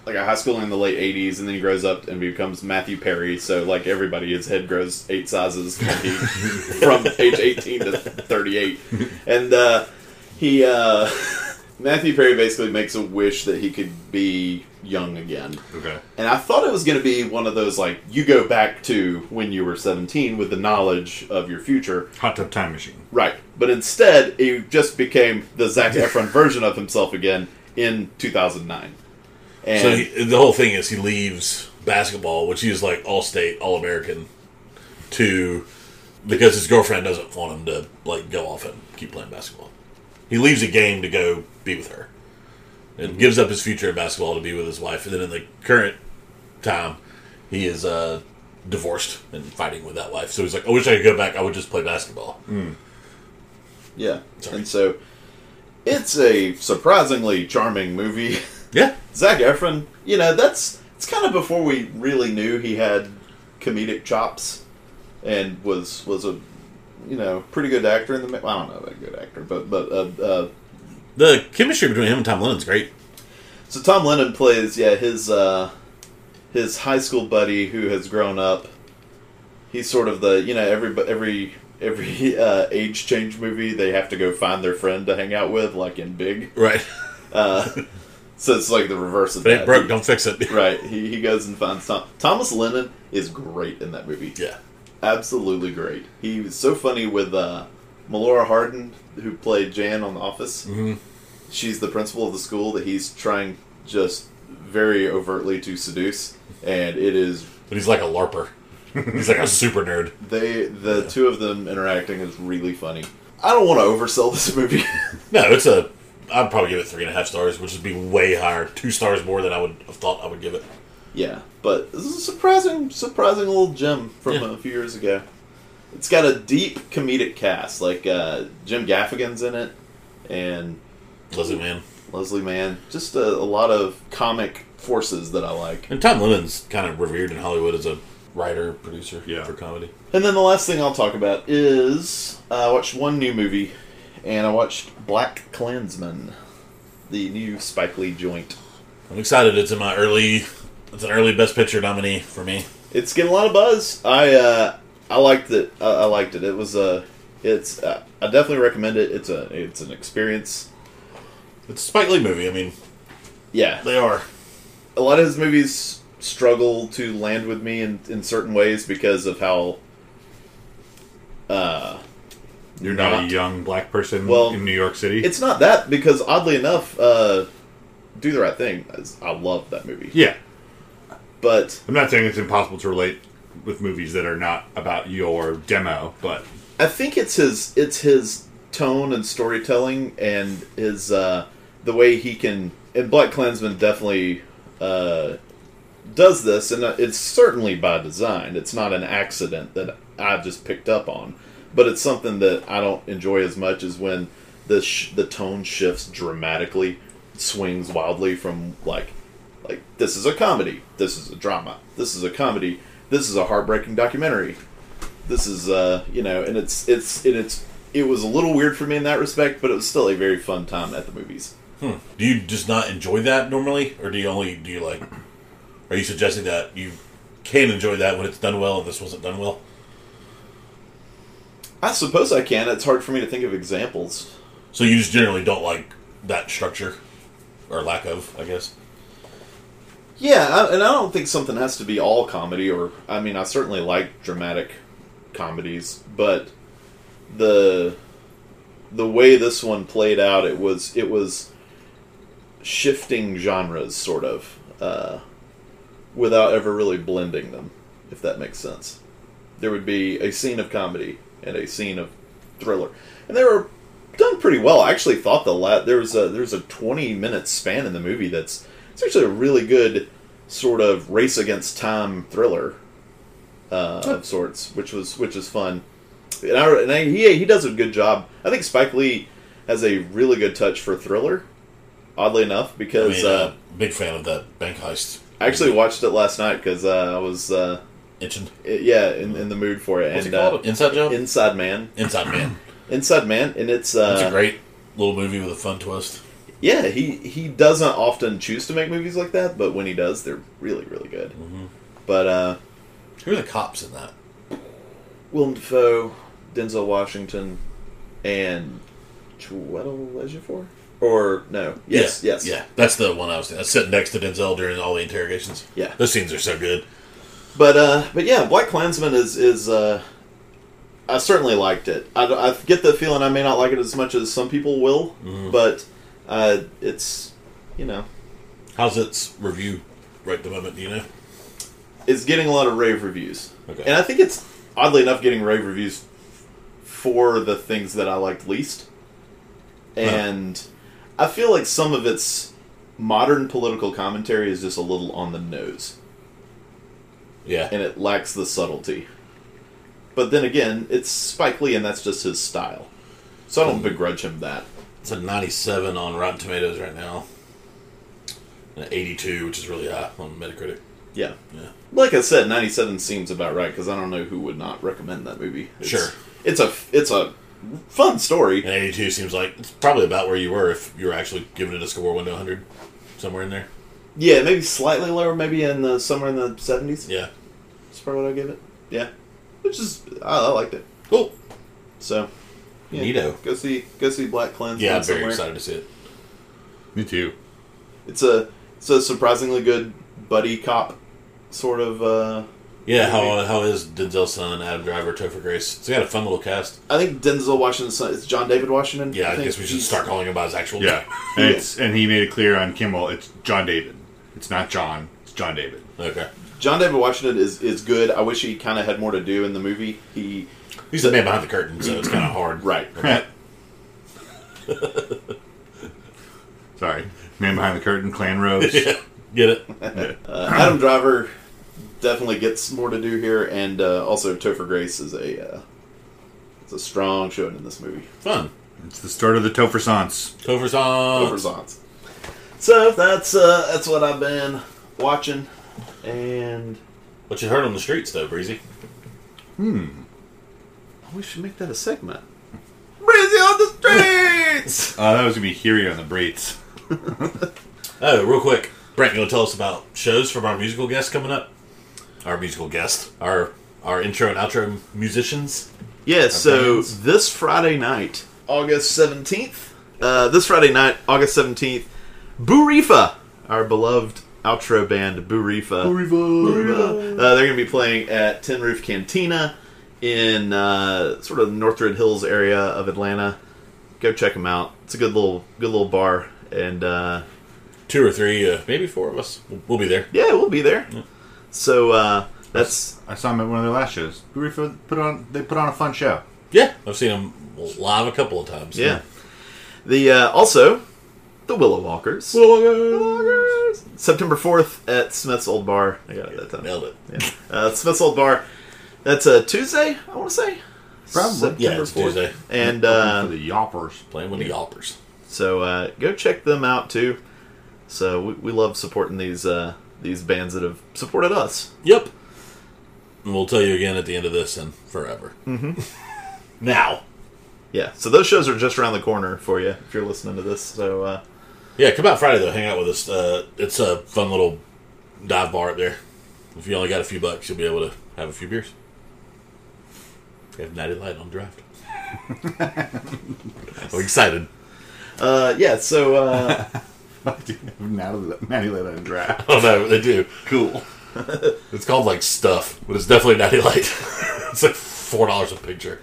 S1: like a high schooler in the late '80s, and then he grows up and becomes Matthew Perry. So, like everybody, his head grows eight sizes when he- from age 18 to 38, and uh, he uh, Matthew Perry basically makes a wish that he could be young again.
S3: Okay.
S1: And I thought it was going to be one of those like you go back to when you were 17 with the knowledge of your future.
S3: Hot tub time machine.
S1: Right. But instead, he just became the Zac Efron version of himself again in 2009. And
S2: So he, the whole thing is he leaves basketball, which he is like all state, all American, to because his girlfriend doesn't want him to like go off and keep playing basketball. He leaves a game to go be with her, and gives up his future in basketball to be with his wife. And then in the current time, he is uh, divorced and fighting with that wife. So he's like, "I wish I could go back. I would just play basketball."
S1: yeah.
S2: Sorry.
S1: And so it's a surprisingly charming movie.
S2: Yeah,
S1: Zac Efron, you know, that's it's kind of before we really knew he had comedic chops and was was a you know pretty good actor in the. ma- I don't know about a good actor, but but uh, uh,
S2: the chemistry between him and Tom Lennon's great.
S1: so Tom Lennon plays yeah his uh, his high school buddy who has grown up. He's sort of the you know every every every uh, age change movie they have to go find their friend to hang out with like in Big.
S2: Right,
S1: Uh, so it's like the reverse of
S2: but
S1: that.
S2: it broke. Don't fix it.
S1: Right. He, he goes and finds Tom. Thomas Lennon is great in that movie.
S2: Yeah.
S1: Absolutely great. He was so funny with uh, Melora Hardin, who played Jan on The Office. Mm-hmm. She's the principal of the school that he's trying just very overtly to seduce, and it is
S2: But he's like a LARPer. He's like a super nerd.
S1: they the two of them interacting is really funny. I don't want to oversell this movie.
S2: No, it's a. I'd probably give it three and a half stars, which would be way higher, two stars more than I would have thought I would give it.
S1: Yeah, but this is a surprising, surprising little gem from
S2: Yeah.
S1: a few years ago. It's got a deep comedic cast, like uh, Jim Gaffigan's in it, and
S2: Does it, man?
S1: Leslie Mann. Just a, a lot of comic forces that I like.
S2: And Tom Lennon's kind of revered in Hollywood as a writer, producer
S3: Yeah.
S2: for comedy.
S1: And then the last thing I'll talk about is uh, I watched one new movie, and I watched Black Klansman, the new Spike Lee joint.
S2: I'm excited. It's in my early. It's an early Best Picture nominee for me.
S1: It's getting a lot of buzz. I uh, I liked it. I, I liked it. It was uh, it's uh, I definitely recommend it. It's a it's an experience.
S2: It's a Spike Lee movie. I mean,
S1: Yeah,
S2: they are.
S1: a lot of his movies struggle to land with me in, in certain ways because of how uh
S3: You're not, a
S1: Not-
S3: young black person
S1: Well,
S3: in New York City.
S1: it's not that because oddly enough uh do the right thing is- i love that movie
S3: yeah.
S1: but
S3: I'm not saying it's impossible to relate with movies that are not about your demo, but
S1: I think it's his it's his tone and storytelling and his uh, the way he can and Black Klansman definitely uh, does this and it's certainly by design. It's not an accident that I just picked up on, but it's something that I don't enjoy as much as when the sh- the tone shifts dramatically, swings wildly from like like this is a comedy, this is a drama, this is a comedy, this is a heartbreaking documentary, this is uh you know and it's it's and it's it was a little weird for me in that respect but it was still a very fun time at the movies
S2: Do you just not enjoy that normally, or do you only do you like? Are you suggesting that you can enjoy that when it's done well, and this wasn't done well?
S1: i suppose i can it's hard for me to think of examples
S2: So you just generally don't like that structure, or lack of, I guess.
S1: yeah I, and i don't think something has to be all comedy or i mean i certainly like dramatic comedies but the the way this one played out it was it was shifting genres sort of uh, without ever really blending them if that makes sense there would be a scene of comedy and a scene of thriller and they were done pretty well i actually thought the la- there was a there's a 20 minute span in the movie that's it's actually a really good sort of race against time thriller uh, of sorts which was which is fun and, I, and I, he he does a good job. I think Spike Lee has a really good touch for thriller. Oddly enough,
S2: I
S1: because
S2: mean,
S1: uh,
S2: uh, big fan of that bank heist.
S1: I actually watched it last night because uh, I was uh,
S2: itching.
S1: i- yeah in, in the mood for it.
S2: What's
S1: and
S2: it called?
S1: uh,
S2: Inside Job.
S1: Inside Man,
S2: Inside Man.
S1: Inside Man, and it's uh,
S2: It's a great little movie with a fun twist.
S1: yeah. He he doesn't often choose to make movies like that, but when he does, they're really really good.
S2: Mm-hmm.
S1: But uh,
S2: Who are the cops in that?
S1: Willem Dafoe, Denzel Washington, and Chiwetel Ejiofor, or no, yes,
S2: yeah,
S1: yes,
S2: yeah. That's the one I was. That's sitting next to Denzel during all the interrogations.
S1: Yeah.
S2: those scenes are so good.
S1: But uh, but yeah, Black Klansman is is uh, I certainly liked it. I, I get the feeling I may not like it as much as some people will, but uh, it's you know
S2: How's its review right at the moment? Do you know?
S1: it's getting a lot of rave reviews,
S2: Okay.
S1: and I think it's oddly enough getting rave reviews for the things that I liked least, and I feel like some of its modern political commentary is just a little on the nose.
S2: Yeah,
S1: and it lacks the subtlety. But then again, it's Spike Lee, and that's just his style. So I don't begrudge him that.
S2: it's a 97 on Rotten Tomatoes right now, and an 82, which is really high on Metacritic.
S1: Yeah.
S2: Yeah.
S1: Like I said, ninety-seven seems about right because I don't know who would not recommend that movie. It's,
S2: Sure.
S1: It's a it's a fun story.
S2: And 82 seems like it's probably about where you were if you were actually giving it a score one to 100, somewhere in there.
S1: Yeah, maybe slightly lower, maybe in the somewhere in the seventies.
S2: Yeah,
S1: That's probably what I give it. Yeah. Which is I, I liked it.
S2: cool.
S1: So. Yeah.
S2: Neato.
S1: Go see go see Black Klansman.
S2: Yeah, I'm very
S1: somewhere.
S2: excited to see it.
S3: Me too.
S1: It's a it's a surprisingly good buddy cop sort of. uh
S2: Yeah, how
S1: Movie.
S2: how is Denzel's son, Adam Driver, Topher Grace? It's got a fun little cast.
S1: I think Denzel Washington's son is John David Washington.
S2: Yeah, I,
S1: think
S2: guess we should
S1: he's-
S2: start calling him by his actual
S3: Yeah,
S2: name.
S3: and it's and he made it clear on Kimball. It's John David. It's not John. It's John David.
S2: Okay.
S1: John David Washington is is good. I wish he kind of had more to do in the movie. He
S2: He's the man behind the curtain, so it's kind of hard.
S1: right.
S3: Sorry, man behind the curtain, Clan Rose.
S2: Yeah. Get it?
S1: Uh, Adam Driver definitely gets more to do here, and uh, also Topher Grace is a uh, it's a strong showing in this movie.
S2: Fun.
S3: It's the start of the Topher Sans.
S2: Topher song.
S1: Topher Zons. So that's uh, that's what I've been watching, and
S2: What you heard on the streets, though, Breezy?
S1: we should make that a segment. Breezy on the streets.
S3: Uh, that was gonna be Hiri on the braids.
S2: Oh, real quick, Brent, you want to tell us about shows from our musical guest coming up? Our musical guest, our our intro and outro musicians.
S1: Yeah, so
S2: bands.
S1: this Friday night, August 17th, uh, this Friday night, August 17th, Burifa, our beloved outro band, Burifa. Burifa. Uh, they're going to be playing at Tin Roof Cantina in uh, sort of Northridge Hills area of Atlanta. Go check them out. It's a good little good little bar, and uh,
S2: Two or three, uh, maybe four of us. We'll, we'll be there.
S1: yeah, we'll be there. So uh, that's
S3: I saw him at one of their last shows. Burifa put on they put on a fun show.
S2: Yeah, I've seen them live a couple of times.
S1: yeah. The uh, also the Willow Walkers. September 4th at Smith's Old Bar. I got it that time.
S2: Nailed it.
S1: Yeah. Uh, Smith's Old Bar. That's a Tuesday, I want to say.
S3: Probably.
S2: Yeah, it's Tuesday.
S1: And
S3: for
S1: uh,
S3: the Yoppers.
S2: Playing with the Yelpers.
S1: so uh, go check them out too. So we, we love supporting these uh, these bands that have supported us.
S2: Yep. And we'll tell you again at the end of this and forever. Mm-hmm. now.
S1: Yeah. So those shows are just around the corner for you if you're listening to this. So uh,
S2: Yeah, come out Friday though. Hang out with us. Uh, it's a fun little dive bar up there. If you only got a few bucks, you'll be able to have a few beers. We have Natty Light on draft. I'm excited.
S1: uh, yeah. So uh,
S3: Maddie let on draft.
S2: Oh no, they do.
S3: Cool.
S2: It's called like stuff, but it's definitely Natty Light. it's like four dollars a picture.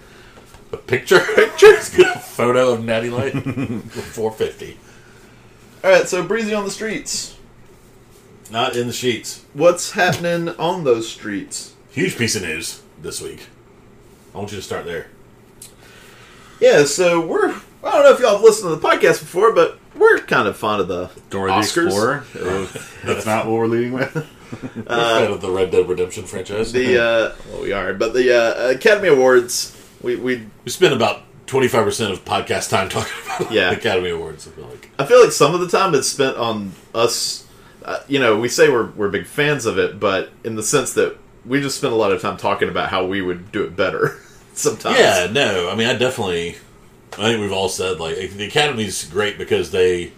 S2: A picture, picture. a photo of Natty Light. Four fifty.
S1: all right. So breezy on the streets.
S2: Not in the sheets.
S1: What's happening on those streets?
S2: Huge piece of news this week. I want you to start there.
S1: Yeah, so we're I don't know if y'all have listened to the podcast before, but we're kind of fond of the
S3: Dora
S1: Oscars.
S3: the Explorer. Oh, That's not what we're leading with.
S2: We're a fan of the Red Dead Redemption franchise.
S1: The uh, well, we are, but the uh, Academy Awards. We we
S2: we spent about twenty five percent of podcast time talking about
S1: Yeah.
S2: the Academy Awards. I feel like
S1: I feel like some of the time it's spent on us. Uh, you know, we say we're we're big fans of it, but in the sense that we just spend a lot of time talking about how we would do it better sometimes.
S2: Yeah, no. I mean, I definitely. I think we've all said like the Academy's great because they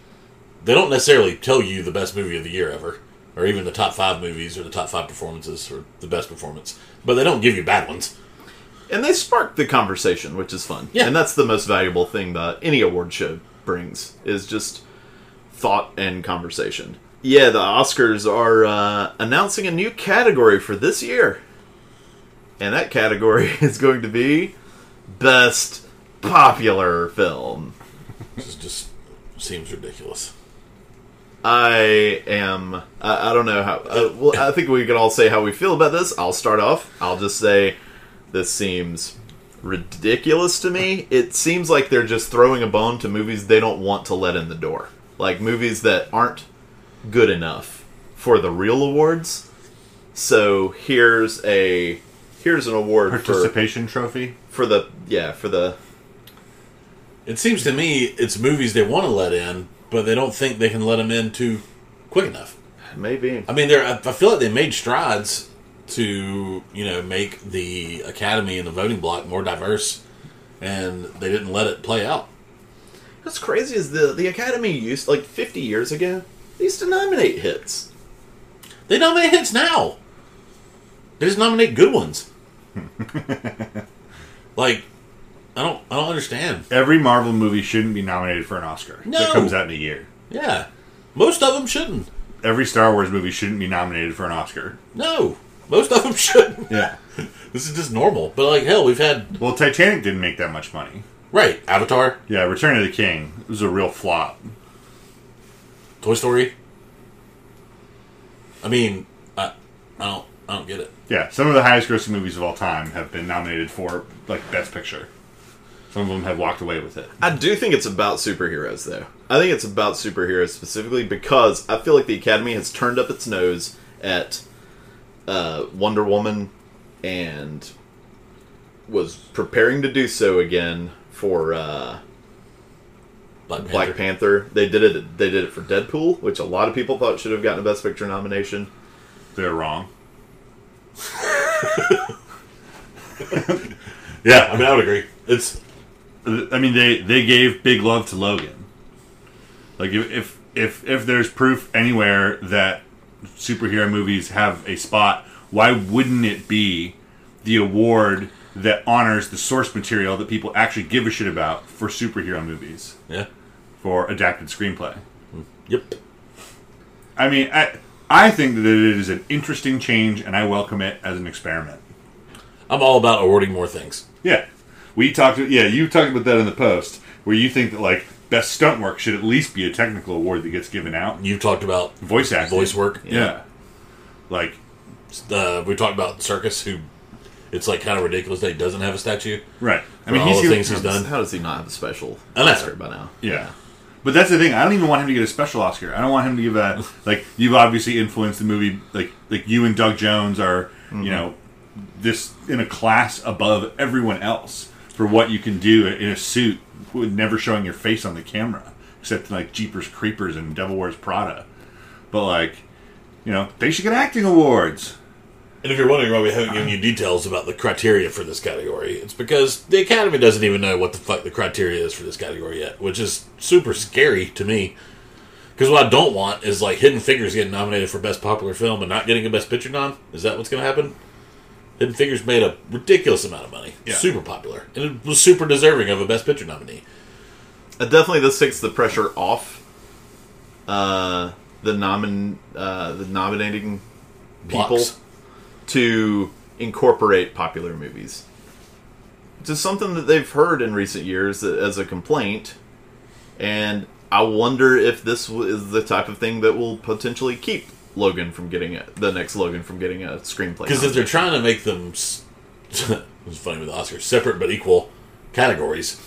S2: they don't necessarily tell you the best movie of the year ever, or even the top five movies or the top five performances or the best performance, but they don't give you bad ones.
S1: and they spark the conversation, which is fun.
S2: Yeah.
S1: and that's the most valuable thing that any award show brings is just thought and conversation. Yeah, the Oscars are uh, announcing a new category for this year, and that category is going to be best popular film.
S2: This is just seems ridiculous.
S1: I am. I, I don't know how. Uh, well, I think we can all say how we feel about this. I'll start off. I'll just say this seems ridiculous to me. It seems like they're just throwing a bone to movies they don't want to let in the door, like movies that aren't good enough for the real awards. So here's a here's an award for
S3: Participation trophy.
S1: for the yeah for the
S2: It seems to me it's movies they want to let in, but they don't think they can let them in too quick enough.
S1: maybe
S2: I mean, they're, I I feel like they made strides to you know make the academy and the voting block more diverse, and they didn't let it play out.
S1: What's crazy is the the Academy used like 50 years ago they used to nominate hits.
S2: They nominate hits now. They just nominate good ones. like, I don't, I don't understand.
S3: Every Marvel movie shouldn't be nominated for an Oscar.
S2: No.
S3: That comes out in a year.
S2: Yeah, most of them shouldn't.
S3: Every Star Wars movie shouldn't be nominated for an Oscar.
S2: No, most of them shouldn't.
S3: Yeah.
S2: This is just normal. But like, hell, we've had
S3: Well, Titanic didn't make that much money.
S2: right Avatar,
S3: Yeah, Return of the King it was a real flop.
S2: Toy Story. I mean, I, I don't, I don't get it.
S3: Yeah, some of the highest grossing movies of all time have been nominated for like Best Picture. Some of them have walked away with it.
S1: I do think it's about superheroes, though. I think it's about superheroes specifically because I feel like the Academy has turned up its nose at uh, Wonder Woman and was preparing to do so again for uh,
S2: Black Panther.
S1: Black Panther. They did it. They did it for Deadpool, which a lot of people thought should have gotten a Best Picture nomination.
S3: They're wrong.
S2: Yeah, I mean, I would agree. It's
S3: I mean, they they gave big love to Logan. Like if if if, if there's proof anywhere that superhero movies have a spot, why wouldn't it be the award that honors the source material that people actually give a shit about for superhero movies
S2: yeah,
S3: for adapted screenplay?
S2: yep.
S3: I mean, I I think that it is an interesting change, and I welcome it as an experiment.
S2: I'm all about awarding more things.
S3: Yeah, we talked. Yeah, you talked about that in the post where you think that like best stunt work should at least be a technical award that gets given out.
S2: You talked about
S3: Voice acting,
S2: voice work.
S3: Yeah, like
S2: uh, we talked about Circus, who it's like kind of ridiculous that he doesn't have a statue.
S3: right. I
S2: For all the things he's done.
S1: How does he not have a special
S2: I know.
S1: Oscar by now?
S3: Yeah. But that's the thing. I don't even want him to get a special Oscar. I don't want him to give a like. You've obviously influenced the movie. Like like you and Doug Jones are you know this in a class above everyone else for what you can do in a suit with never showing your face on the camera, except in, like Jeepers Creepers and Devil Wears Prada. But like you know they should get acting awards.
S2: And if you're wondering why we haven't given you details about the criteria for this category, it's because the Academy doesn't even know what the fuck the criteria is for this category yet, which is super scary to me. Because what I don't want is like Hidden Figures getting nominated for Best Popular Film and not getting a Best Picture nom. Is that what's going to happen? Hidden Figures made a ridiculous amount of money,
S3: Yeah.
S2: super popular, and it was super deserving of a Best Picture nominee.
S1: Uh, definitely this takes the pressure off uh, the nomin uh, the nominating people
S2: Blocks.
S1: to incorporate popular movies. Just something that they've heard in recent years a- as a complaint, and I wonder if this w- is the type of thing that will potentially keep Logan from getting a, the next Logan from getting a screenplay.
S2: Because if
S1: nom-
S2: they're trying to make them, s- it's funny with the Oscars, separate but equal categories,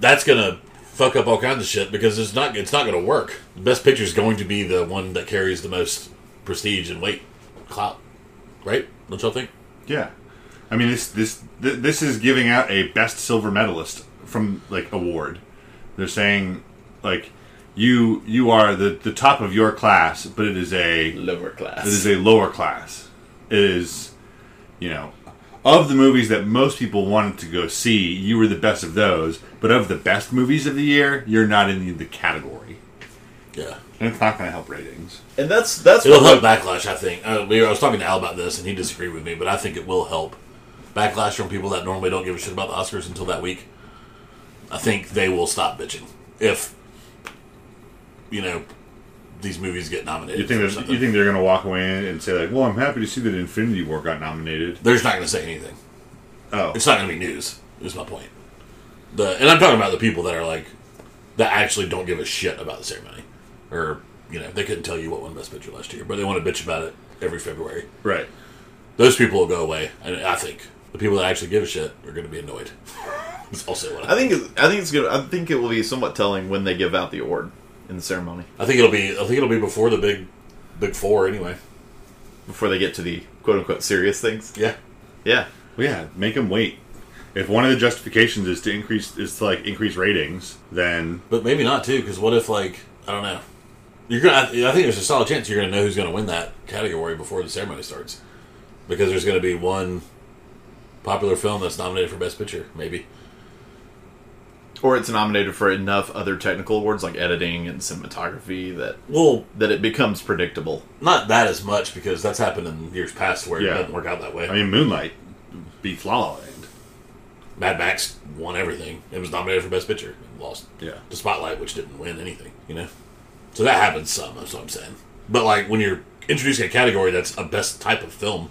S2: that's gonna fuck up all kinds of shit. Because it's not, it's not gonna work. The best picture is going to be the one that carries the most prestige and weight, clout, right? Don't y'all think?
S3: Yeah. I mean, this this th- this is giving out a best silver medalist from like award. They're saying like you you are the the top of your class, but it is a
S1: Lower class.
S3: it is a lower class. It is, you know, of the movies that most people wanted to go see, you were the best of those. But of the best movies of the year, you're not in the, the category,
S2: Yeah.
S3: and it's not going to help ratings.
S1: and that's that's
S2: It'll
S1: what
S2: help backlash, I think. Uh, we, I was talking to Al about this, and he disagreed with me, but I think it will help backlash from people that normally don't give a shit about the Oscars until that week. I think they will stop bitching if you know these movies get nominated.
S3: You think
S2: for
S3: there's,
S2: something.
S3: you think they're going to walk away and say like, "Well, I'm happy to see that Infinity War got nominated."
S2: they're just not going to say anything.
S3: Oh,
S2: It's not going to be news. Is my point. The and I'm talking about the people that are like that actually don't give a shit about the ceremony, or you know they couldn't tell you what won Best Picture last year, but they want to bitch about it every February.
S3: right.
S2: those people will go away. And I think the people that actually give a shit are going to be annoyed. That's also what I,
S1: I think. it- I think it's good. I think it will be somewhat telling when they give out the award in the ceremony
S2: I think it'll be. I think it'll be before the big, big four anyway.
S1: before they get to the quote unquote serious things.
S2: Yeah,
S1: Yeah,
S3: Well, yeah, make them wait. If one of the justifications is to increase is to like increase ratings, then
S2: but maybe not too. Because what if like I don't know. You're gonna. I I think there's a solid chance you're gonna know who's gonna win that category before the ceremony starts, because there's gonna be one popular film that's nominated for best picture. Maybe.
S1: or it's nominated for enough other technical awards like editing and cinematography that
S2: Well,
S1: that it becomes predictable.
S2: not that as much because that's happened in years past where
S3: Yeah.
S2: it doesn't work out that way.
S3: I mean, Moonlight beats La La Land.
S2: Mad Max won everything. It was nominated for Best Picture and lost
S3: Yeah.
S2: to Spotlight, which didn't win anything, you know? So that happens some, that's what I'm saying. But, like, when you're introducing a category that's a best type of film,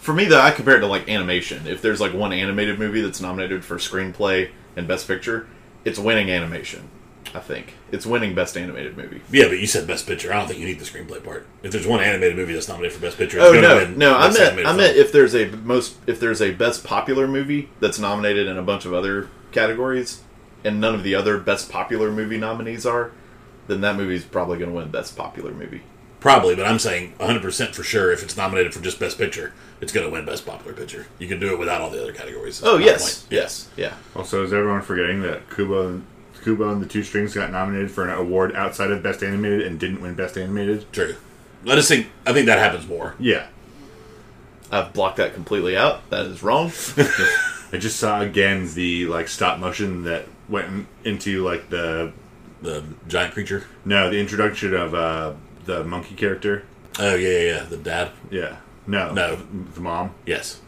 S1: For me, though, I compare it to like animation. If there's like one animated movie that's nominated for screenplay and best picture, it's winning animation. I think it's winning best animated movie.
S2: yeah, but you said Best Picture. I don't think you need the screenplay part. If there's one animated movie that's nominated for Best Picture, it's
S1: Oh
S2: gonna
S1: no,
S2: win
S1: no, I
S2: Best
S1: meant
S2: Animated
S1: I
S2: Film.
S1: meant if there's a most if there's a best popular movie that's nominated in a bunch of other categories, and none of the other best popular movie nominees are, then that movie's probably going to win best popular movie.
S2: Probably, but I'm saying 100% for sure if it's nominated for just Best Picture, it's going to win Best Popular Picture. You can do it without all the other categories.
S1: Oh
S2: That's my
S1: yes,
S2: point.
S1: yes, yeah.
S3: Also, is everyone forgetting that Kubo, Kubo and the Two Strings got nominated for an award outside of Best Animated and didn't win Best Animated?
S2: True. I just think, I think that happens more.
S3: Yeah,
S1: I've blocked that completely out. That is wrong.
S3: I just saw again the like stop motion that went into like the
S2: The giant creature.
S3: no the introduction of uh, the monkey character.
S2: Oh, yeah, yeah, yeah. The dad.
S3: Yeah, no,
S2: No.
S3: the mom.
S2: Yes.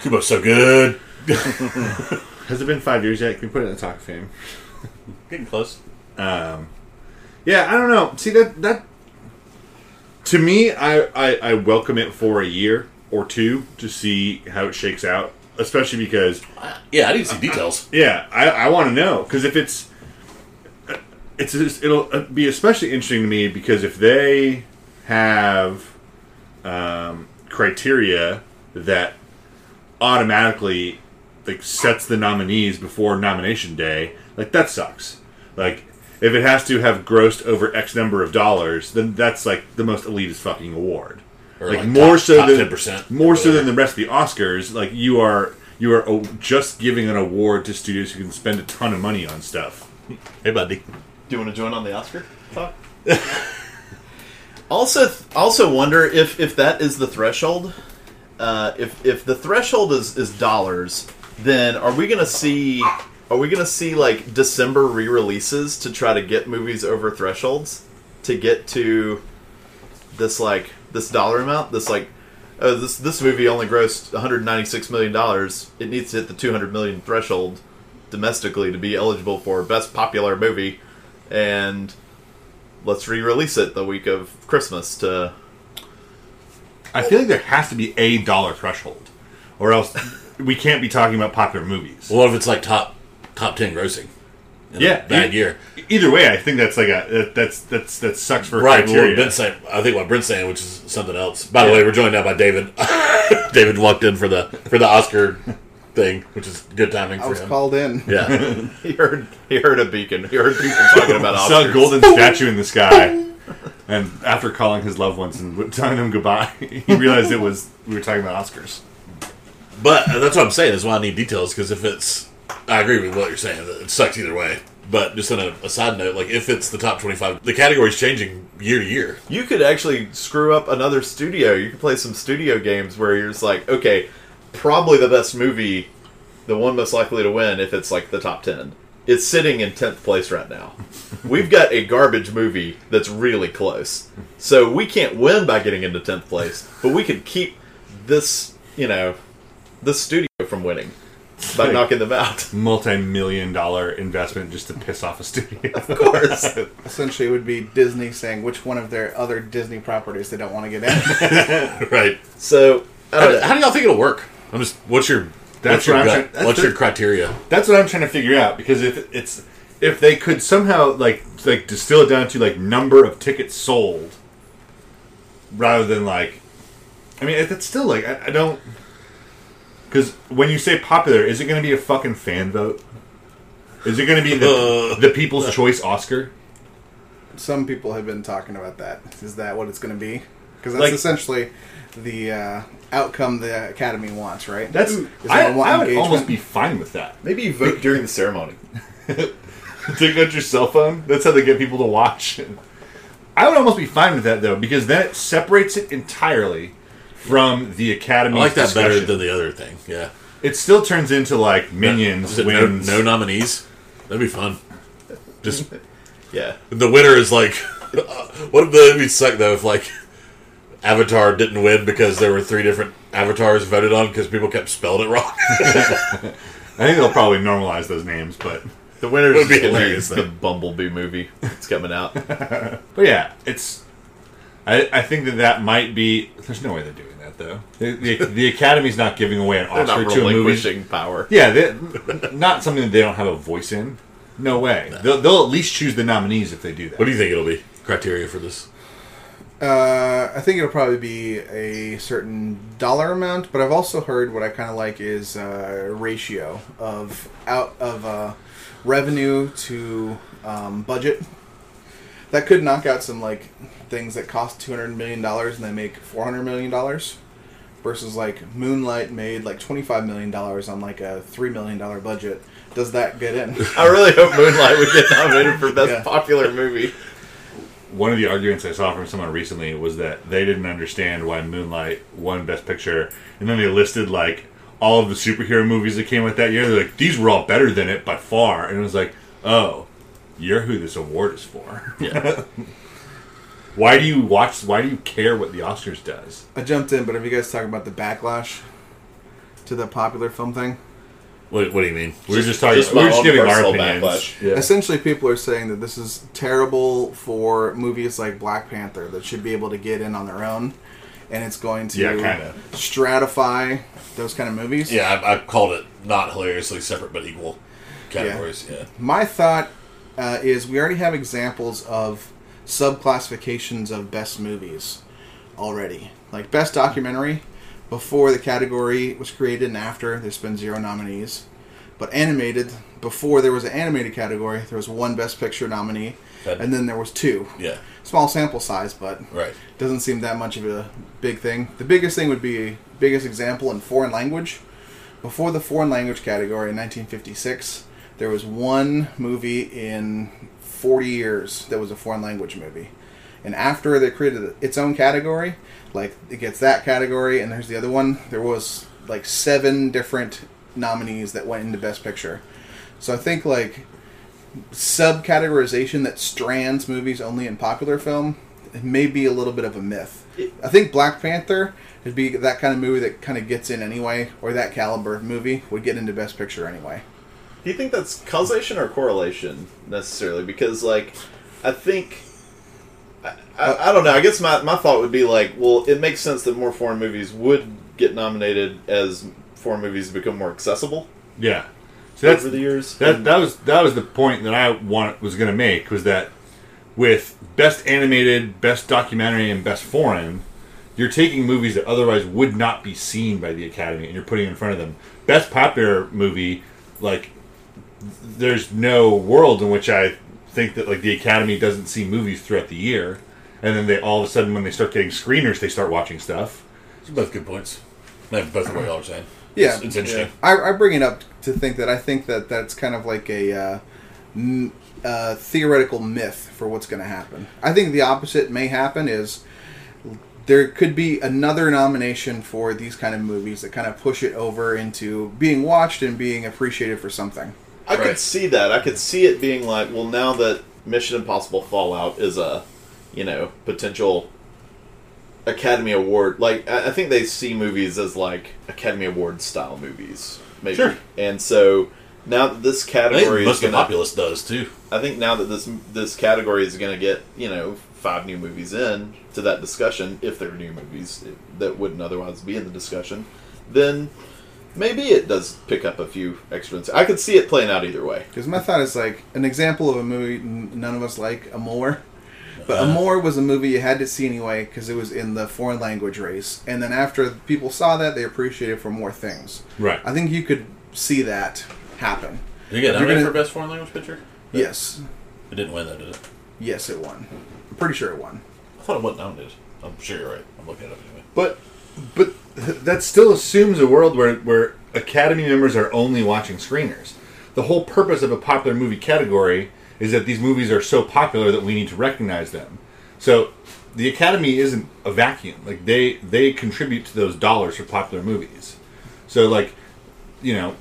S2: Kubo's so good.
S3: Has it been five years yet? Can we put it in the talk of fame?
S2: Getting close.
S3: Yeah, I don't know. See that that to me, I, I I welcome it for a year or two to see how it shakes out, especially because
S2: Yeah, I didn't see details.
S3: Yeah, I, I want to know because if it's it's it'll uh, be especially interesting to me because if they have um, criteria that automatically like sets the nominees before nomination day, like that sucks. Like if it has to have grossed over X number of dollars, then that's like the most elitist fucking award.
S2: Or,
S3: like,
S2: like,
S3: more
S2: top-
S3: so
S2: top
S3: than
S2: 10%
S3: more
S2: or
S3: so than
S2: whatever.
S3: the rest of the Oscars, like you are you are oh, just giving an award to studios who can spend a ton of money on stuff.
S2: Hey, buddy.
S1: Do you want to join on the Oscar talk? also, also wonder if if that is the threshold. Uh, if if the threshold is is dollars, then are we gonna see? Are we gonna see like December re-releases to try to get movies over thresholds to get to this like this dollar amount? This like. Oh, this this movie only grossed 196 million dollars. It needs to hit the 200 million threshold domestically to be eligible for best popular movie and let's re-release it the week of Christmas to
S3: I feel like there has to be a dollar threshold, or else we can't be talking about popular movies.
S2: Well, what if it's like top top ten grossing? In
S3: Yeah,
S2: a bad
S3: e-
S2: year.
S3: Either way, I think that's like a that, that's that's that sucks for
S2: Right. but What
S3: criteria.
S2: Brent's saying, I think what Brent's saying, which is something else. By the way, we're joined now by David. David walked in for the for the Oscar thing, which is good timing
S4: I
S2: for
S4: was
S2: him.
S4: called in.
S2: Yeah.
S1: he heard he heard a beacon he heard people talking about
S3: Saw a
S1: Oscars.
S3: golden statue in the sky. And after calling his loved ones and telling them goodbye, he realized it was we were talking about Oscars.
S2: But uh, that's what I'm saying. Is why I need details because if it's, I agree with what you're saying. that It sucks either way. But just on a, a side note, like if it's the top 25, the category's changing year to year.
S1: You could actually screw up another studio. You could play some studio games where you're just like, okay, probably the best movie, the one most likely to win if it's like the top 10. It's sitting in 10th place right now. We've got a garbage movie that's really close. So we can't win by getting into 10th place, but we could keep this, you know, this studio from winning by knocking them out.
S3: Multi-million dollar investment just to piss off a studio.
S1: Of course.
S4: Essentially, it would be Disney saying which one of their other Disney properties they don't want to get in.
S2: Right.
S1: So, I
S2: How,
S1: don't
S2: do-
S1: know.
S2: how do y'all think it'll work? I'm just, what's your,
S3: Oh, That's
S2: what's your,
S3: what I'm
S2: gut?
S3: trying- that's
S2: what's
S3: the-
S2: your criteria?
S3: That's what I'm trying to figure out because if it's if they could somehow like like distill it down to like number of tickets sold, rather than like, I mean, it- it's still like I, I don't. Because when you say popular, is it going to be a fucking fan vote? Is it going to be the, the People's Choice Oscar?
S4: Some people have been talking about that. Is that what it's going to be? Because that's
S3: Like-
S4: essentially the uh, outcome the Academy wants, right?
S3: That's
S4: Is they
S3: I,
S4: want
S3: I would
S4: engagement.
S3: almost be fine with that.
S1: Maybe you vote during the ceremony.
S3: Take out your cell phone. That's how they get people to watch. I would almost be fine with that though, because then it separates it entirely from the academy.
S2: I like that better than the other thing. Yeah.
S3: it. Still turns into like minions
S2: Is it no,
S3: wins.
S2: no nominees? That'd be fun. Just
S1: Yeah.
S2: the winner is like, what if the, it'd be suck though if like Avatar didn't win because there were three different avatars voted on because people kept spelling it wrong.
S3: I think they'll probably normalize those names, but
S1: The winner
S2: Would
S1: is
S2: be
S1: just
S2: hilarious,
S1: the Bumblebee movie. It's coming out.
S3: but yeah, it's. I, I think that that might be. There's no way they're doing that though. The, the, the academy's not giving away an
S1: They're
S3: Oscar
S1: not
S3: to a movie
S1: relinquishing power.
S3: Yeah, they, not something that they don't have a voice in. No way. They'll, they'll at least choose the nominees if they do that.
S2: What do you think it'll be? Criteria for this?
S4: Uh, I think it'll probably be a certain dollar amount, but I've also heard what I kind of like is uh, ratio of out of uh, revenue to um, budget. That could knock out some like things that cost two hundred million dollars and they make four hundred million dollars, versus like Moonlight made like twenty five million dollars on like a three million dollar budget. Does that get in?
S1: I really hope Moonlight would get nominated for best
S4: Yeah.
S1: popular movie.
S3: One of the arguments I saw from someone recently was that they didn't understand why Moonlight won Best Picture, and then they listed like all of the superhero movies that came out that year. They're like, these were all better than it by far, and it was like, oh, you're who this award is for.
S1: Yeah.
S3: Why do you watch? Why do you care what the Oscars does?
S4: I jumped in, but have you guys talking about the backlash to the popular film thing?
S2: What, what do you mean?
S3: We were just talking.
S1: just
S3: we
S1: my
S3: were just
S1: own
S3: giving our
S1: personal
S3: opinions.
S1: backlash.
S3: Yeah.
S4: Essentially, people are saying that this is terrible for movies like Black Panther that should be able to get in on their own, and it's going to
S3: Yeah, kinda.
S4: stratify those kind of movies.
S2: Yeah, I, I called it not hilariously separate but equal categories. Yeah.
S4: My thought uh, is we already have examples of subclassifications of best movies already, like best documentary before the category was created and after there's been zero nominees, but animated before there was an animated category there was one best picture nominee,
S2: That-
S4: and then there was two.
S2: yeah,
S4: small sample size, but
S2: right.
S4: doesn't seem that much of a big thing. The biggest thing would be biggest example in foreign language. Before the foreign language category in 1956, there was one movie in 40 years that was a foreign language movie. And after they created its own category, like it gets that category and there's the other one, there was like seven different nominees that went into best picture. So I think like subcategorization that strands movies only in popular film it may be a little bit of a myth. I think Black Panther would be that kind of movie that kind of gets in anyway, or that caliber of movie would get into Best Picture anyway.
S1: Do you think that's causation or correlation necessarily? Because like, I think. I,
S3: Uh,
S1: I, I don't know. I guess my, my thought would be like, well, it makes sense that more foreign movies would get nominated as foreign movies become more accessible
S3: Yeah. So that's
S1: over the years.
S3: That that was that was the point that I want was going to make was that with best animated, best documentary, and best foreign, you're taking movies that otherwise would not be seen by the Academy, and you're putting in front of them. Best popular movie, like there's no world in which I think that like the Academy doesn't see movies throughout the year. and then they all of a sudden when they start getting screeners, they start watching stuff.
S2: They're both good points. They have both of what y'all are saying.
S4: Yeah.
S2: It's, it's interesting.
S4: I, I bring it up to think that I think that that's kind of like a uh, m- uh, theoretical myth for what's going to happen. I think the opposite may happen is there could be another nomination for these kind of movies that kind of push it over into being watched and being appreciated for something.
S1: I
S2: Right.
S1: could see that. I could see it being like, well, now that Mission Impossible Fallout is a, you know, potential Academy Award. Like, I I think they see movies as like Academy Award style movies, maybe.
S2: Sure.
S1: And so now that this
S2: I think
S1: category is
S2: most of
S1: going
S2: the
S1: to,
S2: populace does too.
S1: I think now that this this category is going to get, you know, five new movies in to that discussion, if they're new movies that wouldn't otherwise be in the discussion, then. Maybe it does pick up a few extra. I could see it playing out either way.
S4: Because my thought is like an example of a movie n- none of us like, Amour. But
S3: Uh-huh.
S4: Amour was a movie you had to see anyway because it was in the foreign language race. And then after people saw that, they appreciated it for more things.
S3: Right.
S4: I think you could see that happen.
S2: Did you get
S4: You're
S2: nominated for
S4: gonna-
S2: best foreign language picture?
S4: Yes.
S2: It didn't win though, did it?
S4: Yes, it won. I'm pretty sure it won.
S2: I thought it wasn't nominated. I'm sure you're right. I'm looking it up anyway.
S3: But but that still assumes a world where where Academy members are only watching screeners. The whole purpose of a popular movie category is that these movies are so popular that we need to recognize them. So the Academy isn't a vacuum. Like they they contribute to those dollars for popular movies. So like you know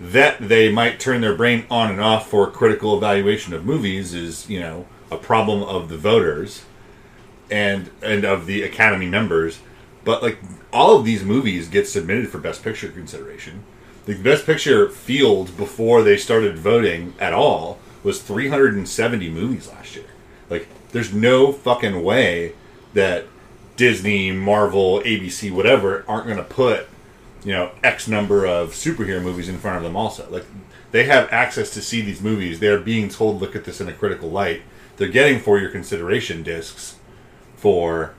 S3: that they might turn their brain on and off for critical evaluation of movies is you know a problem of the voters and and of the academy members but like all of these movies get submitted for best picture consideration the best picture field before they started voting at all was 370 movies last year like there's no fucking way that disney marvel abc whatever aren't going to put you know x number of superhero movies in front of them also like they have access to see these movies they're being told look at this in a critical light they're getting for your consideration discs for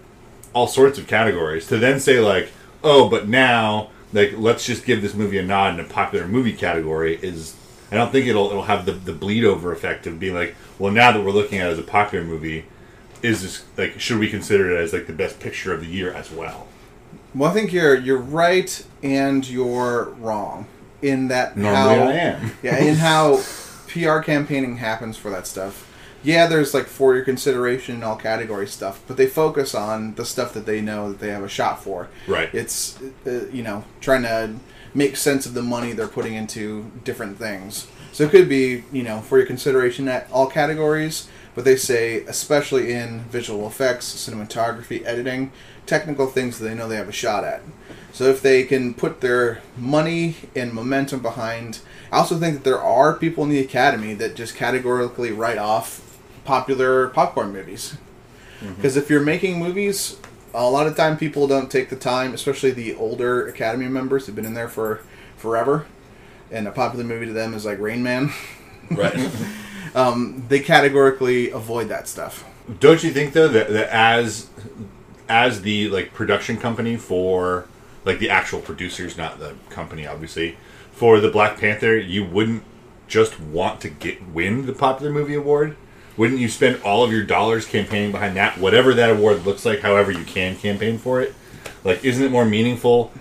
S3: all sorts of categories to then say like oh but now like let's just give this movie a nod in a popular movie category is i don't think it'll it'll have the, the bleed over effect of being like well now that we're looking at it as a popular movie is this like should we consider it as like the best picture of the year as well
S4: Well, I think you're you're right and you're wrong in that
S3: normally
S4: how
S3: i am
S4: yeah, and how PR campaigning happens for that stuff. Yeah, there's like for your consideration and all category stuff, but they focus on the stuff that they know that they have a shot for.
S3: Right.
S4: It's uh, you know trying to make sense of the money they're putting into different things. So it could be you know for your consideration at all categories, but they say especially in visual effects, cinematography, editing, technical things that they know they have a shot at. So if they can put their money and momentum behind, I also think that there are people in the academy that just categorically write off popular popcorn movies. Because if you're making movies, a lot of time people don't take the time, especially the older Academy members who've been in there for forever. And a popular movie to them is like Rain Man. Um,
S2: Right.
S4: They categorically avoid that stuff.
S3: don't you think though that, that as as the like production company for like the actual producers not the company obviously for the black panther you wouldn't just want to get win the popular movie award wouldn't you spend all of your dollars campaigning behind that whatever that award looks like however you can campaign for it like isn't it more meaningful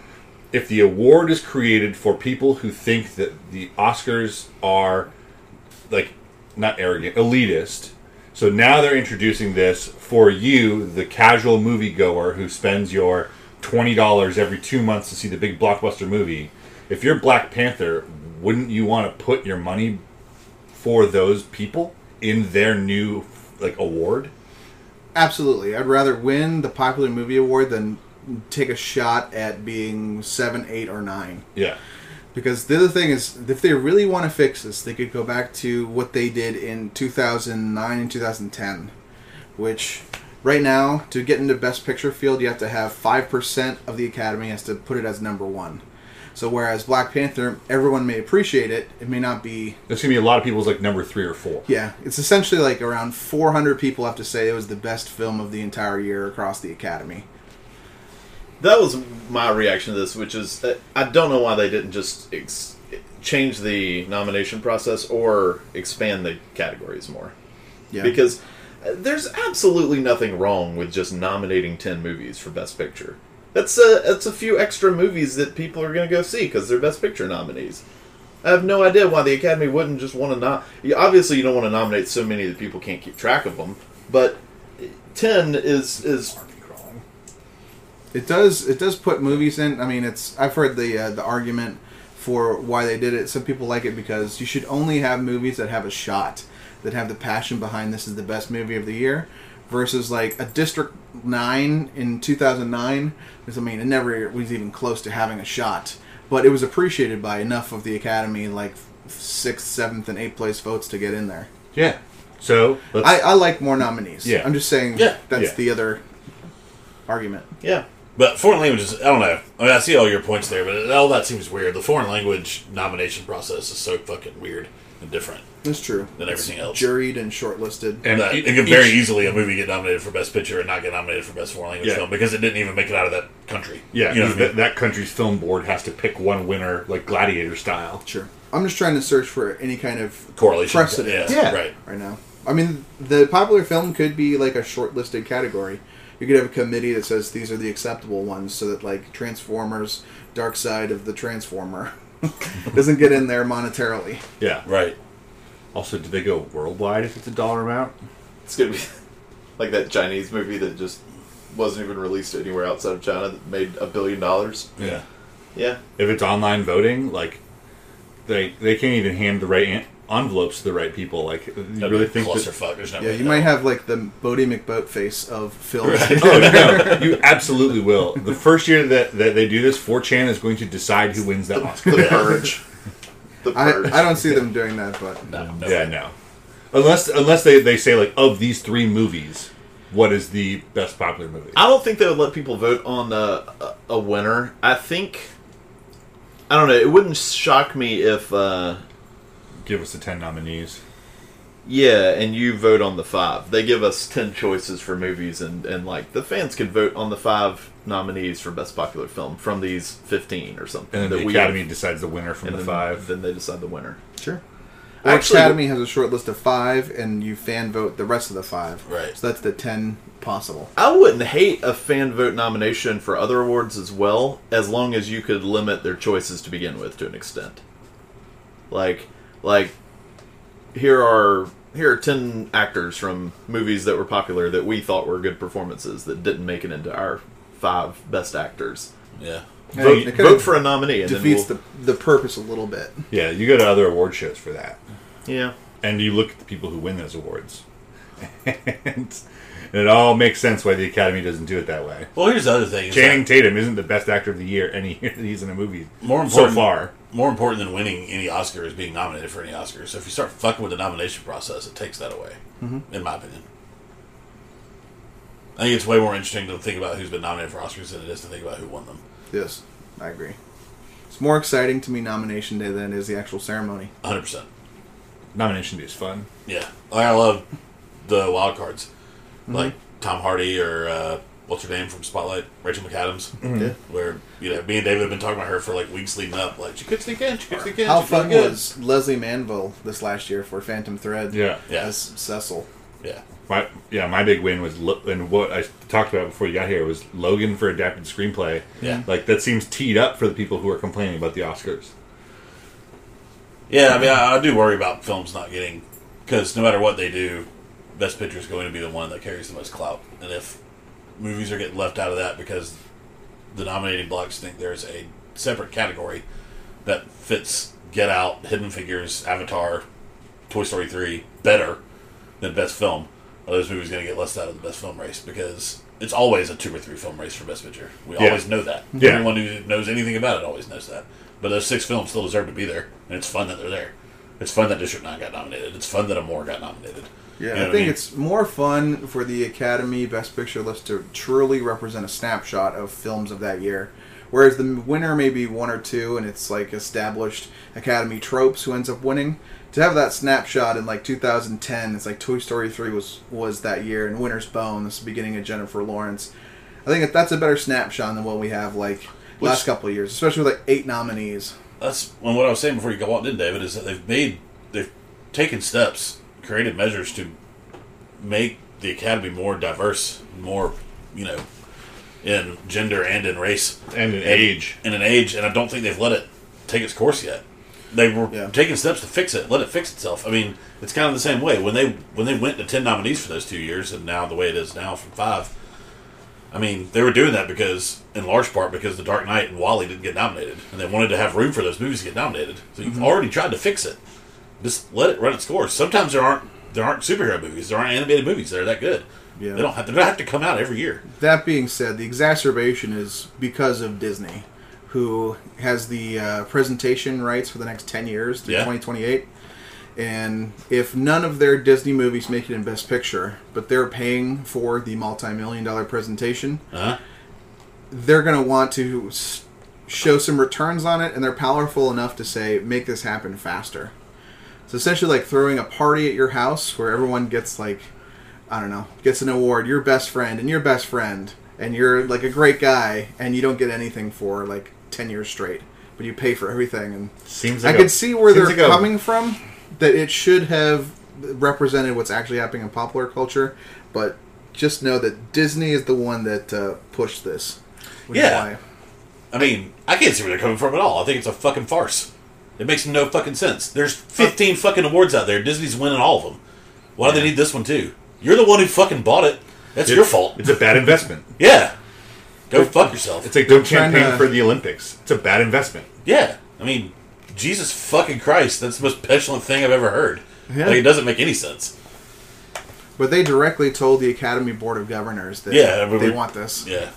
S3: if the award is created for people who think that the oscars are like not arrogant, elitist. So now they're introducing this for you, the casual moviegoer who spends your twenty dollars every two months to see the big blockbuster movie. If you're Black Panther, wouldn't you want to put your money for those people in their new like award?
S4: Absolutely. I'd rather win the popular movie award than take a shot at being 7, 8, or 9.
S3: Yeah.
S4: Because the other thing is, if they really want to fix this, they could go back to what they did in 2009 and 2010, which right now, to get into Best Picture field, you have to have 5% of the Academy has to put it as number one. So whereas Black Panther, everyone may appreciate it, it may not be.
S3: That's gonna be a lot of people's like number three or four.
S4: Yeah, it's essentially like around 400 people have to say it was the best film of the entire year across the Academy.
S1: that was my reaction to this, which is uh, I don't know why they didn't just ex- change the nomination process or expand the categories more.
S4: Yeah.
S1: Because uh, There's absolutely nothing wrong with just nominating ten movies for Best Picture. That's a that's a few extra movies that people are going to go see because they're Best Picture nominees. I have no idea why the Academy wouldn't just want to not. you- Obviously, you don't want to nominate so many that people can't keep track of them. But uh, ten is is
S4: It does. It does put movies in. I mean, it's. I've heard the uh, the argument for why they did it. Some people like it because you should only have movies that have a shot, that have the passion behind. This is the best movie of the year, versus like a District Nine in two thousand nine. Because I mean, it never was even close to having a shot, but it was appreciated by enough of the Academy, like sixth, seventh, and eighth place votes to get in there.
S3: Yeah. So let's,
S4: I, I like more nominees.
S3: Yeah.
S4: I'm just saying
S2: Yeah,
S4: that's
S3: yeah.
S4: the other argument.
S1: yeah.
S2: But foreign languages, I don't know. I mean, I see all your points there, but all that seems weird. The foreign language nomination process is so fucking weird and different
S4: That's true.
S2: than everything else.
S4: Juried and shortlisted.
S3: and
S2: That-
S3: e-
S2: it could very
S3: each-
S2: easily a movie get nominated for best picture and not get nominated for best foreign language
S3: Yeah.
S2: film because it didn't even make it out of that country.
S3: Yeah,
S2: you know
S3: 'cause
S2: what I
S3: that, that country's film board has to pick one winner, like gladiator style.
S4: Sure. I'm just trying to search for any kind of
S2: Correlation.
S4: precedent.
S2: Yeah, Yeah. right.
S4: now. I mean, the popular film could be like a shortlisted category. You could have a committee that says these are the acceptable ones, so that like Transformers, Dark Side of the Transformer, doesn't get in there monetarily.
S3: Yeah.
S2: mean? Right.
S3: Also, do they go worldwide if it's a dollar amount?
S1: It's gonna be like that Chinese movie that just wasn't even released anywhere outside of China that made a billion dollars.
S3: Yeah.
S1: Yeah.
S3: If it's online voting, like they they can't even hand the right en- envelopes to the right people. Like you
S2: That'd
S3: really
S2: be
S3: think that,
S2: clusterfuck. There's no
S4: Yeah,
S2: way
S4: you
S2: that-
S4: might have like the Bodie McBoat face of film.
S3: Oh no, you absolutely will. The first year that, that they do this, 4chan is going to decide who wins that Oscar.
S1: The Purge. The
S4: I,
S1: Purge.
S4: I don't see them doing that, but
S2: No, no
S3: yeah,
S2: way.
S3: no. Unless unless they, they say like of these three movies, what is the best popular movie?
S1: I don't think they would let people vote on a, a winner. I think. I don't know. It wouldn't shock me if, uh,
S3: Give us the ten nominees.
S1: yeah, and you vote on the five. They give us ten choices for movies, and, and like the fans can vote on the five nominees for best popular film from these fifteen or something.
S3: And then
S1: that
S3: the
S1: we
S3: Academy decides the winner from
S1: and
S3: the
S1: then,
S3: five.
S1: Then they decide the winner.
S4: sure. Or
S1: Actually-
S4: Academy has a short list of five, and you fan vote the rest of the five.
S2: Right.
S4: So that's the ten possible.
S1: I wouldn't hate a fan vote nomination for other awards as well, as long as you could limit their choices to begin with to an extent. Like, like here are here are ten actors from movies that were popular that we thought were good performances that didn't make it into our five best actors.
S2: Yeah.
S4: Yeah,
S3: Vote-
S4: it kinda
S1: Vote for a nominee, and
S4: defeats
S1: then
S4: the the purpose a little bit.
S3: Yeah, you go to other award shows for that,
S1: we'll, yeah.
S3: and you look at the people who win those awards, and it all makes sense why the Academy doesn't do it that way.
S2: Well, here's the other thing. is
S3: Channing Tatum isn't the best actor of the year any year that he's in a movie
S2: More
S3: so
S2: important-
S3: far.
S2: that More important than winning any Oscar is being nominated for any Oscar. So if you start fucking with the nomination process, it takes that away,
S3: Mm-hmm.
S2: in my opinion. I think it's way more interesting to think about who's been nominated for Oscars than it is to think about who won them.
S4: Yes, I agree. It's more exciting to me nomination day than it is the actual ceremony.
S2: 100%.
S3: Nomination day is fun.
S2: Yeah. Like, I love the wild cards. Like Tom Hardy or uh, what's her name from Spotlight? Rachel McAdams.
S4: Yeah.
S2: Where, you know, me and David have been talking about her for like weeks leading up. Like, she could sneak in, she could sneak in.
S4: How
S2: she's
S4: fun
S2: really good.
S4: was Leslie Manville this last year for Phantom Thread?
S3: Yeah.
S2: Yeah.
S4: as Cecil.
S2: Yeah.
S3: My yeah, my big win was Lo- and what I talked about before you got here was Logan for adapted screenplay.
S2: Yeah.
S3: like that seems teed up for the people who are complaining about the Oscars.
S2: Yeah, I mean, I, I do worry about films not getting because no matter what they do, Best Picture is going to be the one that carries the most clout. And if movies are getting left out of that because the nominating blocks think there's a separate category that fits Get Out, Hidden Figures, Avatar, Toy Story Three better than Best Film, are those movies going to get left out of the Best Film race because it's always a two or three film race for Best Picture. We
S3: Yeah.
S2: always know that.
S3: Yeah.
S2: Everyone who knows anything about it always knows that. But those six films still deserve to be there, and it's fun that they're there. It's fun that District Nine got nominated. It's fun that a Moore got nominated.
S4: Yeah,
S2: You know
S4: I
S2: what
S4: think
S2: mean?
S4: it's more fun for the Academy Best Picture list to truly represent a snapshot of films of that year. Whereas the winner may be one or two, and it's like established Academy tropes who ends up winning. To have that snapshot in like 2010, it's like Toy Story 3 was was that year, and Winter's Bone, this is the beginning of Jennifer Lawrence. I think that that's a better snapshot than what we have like
S2: Which-
S4: last couple of years, especially with like eight nominees.
S2: that's and what I was saying before you walked in, David, is that they've made they've taken steps, created measures to make the Academy more diverse, more you know, in gender and in race
S3: And in age.
S2: and in age, and I don't think they've let it take its course yet. They were
S4: Yeah.
S2: taking steps to fix it, let it fix itself. I mean, it's kind of the same way when they when they went to ten nominees for those two years, and now the way it is now from five. I mean, they were doing that because, in large part, because The Dark Knight and Wally didn't get nominated, and they wanted to have room for those movies to get nominated. So
S3: Mm-hmm.
S2: you've already tried to fix it. Just let it run its course. Sometimes there aren't there aren't superhero movies, there aren't animated movies that are that good.
S4: Yeah.
S2: They don't have they don't have to come out every year.
S4: That being said, the exacerbation is because of Disney, who has the uh, presentation rights for the next 10 years through
S2: Yeah.
S4: 2028. And if none of their Disney movies make it in Best Picture, but they're paying for the multi million dollar presentation,
S2: Uh-huh.
S4: they're going to want to s- show some returns on it, and they're powerful enough to say, make this happen faster. It's essentially like throwing a party at your house where everyone gets like, I don't know, gets an award. Your best friend and your best friend, and you're like a great guy, and you don't get anything for like ten years straight, but you pay for everything. And
S3: Seems
S4: I
S3: like
S4: could see where they're
S3: seems like a-
S4: coming from. That it should have represented what's actually happening in popular culture, but just know that Disney is the one that uh, pushed this. which is
S2: Yeah.
S4: why-
S2: I mean, I can't see where they're coming from at all. I think it's a fucking farce. It makes no fucking sense. There's
S3: Uh,
S2: 15 fucking awards out there. Disney's winning all of them. Why do they need this one too? You're the one who fucking bought it. That's
S3: it's-
S2: your fault.
S3: It's a bad investment.
S2: Yeah. Go fuck yourself.
S3: It's like don't
S4: trying
S3: campaign
S4: to-
S3: for the Olympics. It's a bad investment.
S2: yeah. I mean, Jesus fucking Christ. That's the most petulant thing I've ever heard.
S4: Yeah.
S2: Like, it doesn't make any sense.
S4: But they directly told the Academy Board of Governors that
S2: Yeah, but
S4: they
S2: we-
S4: want this.
S2: Yeah.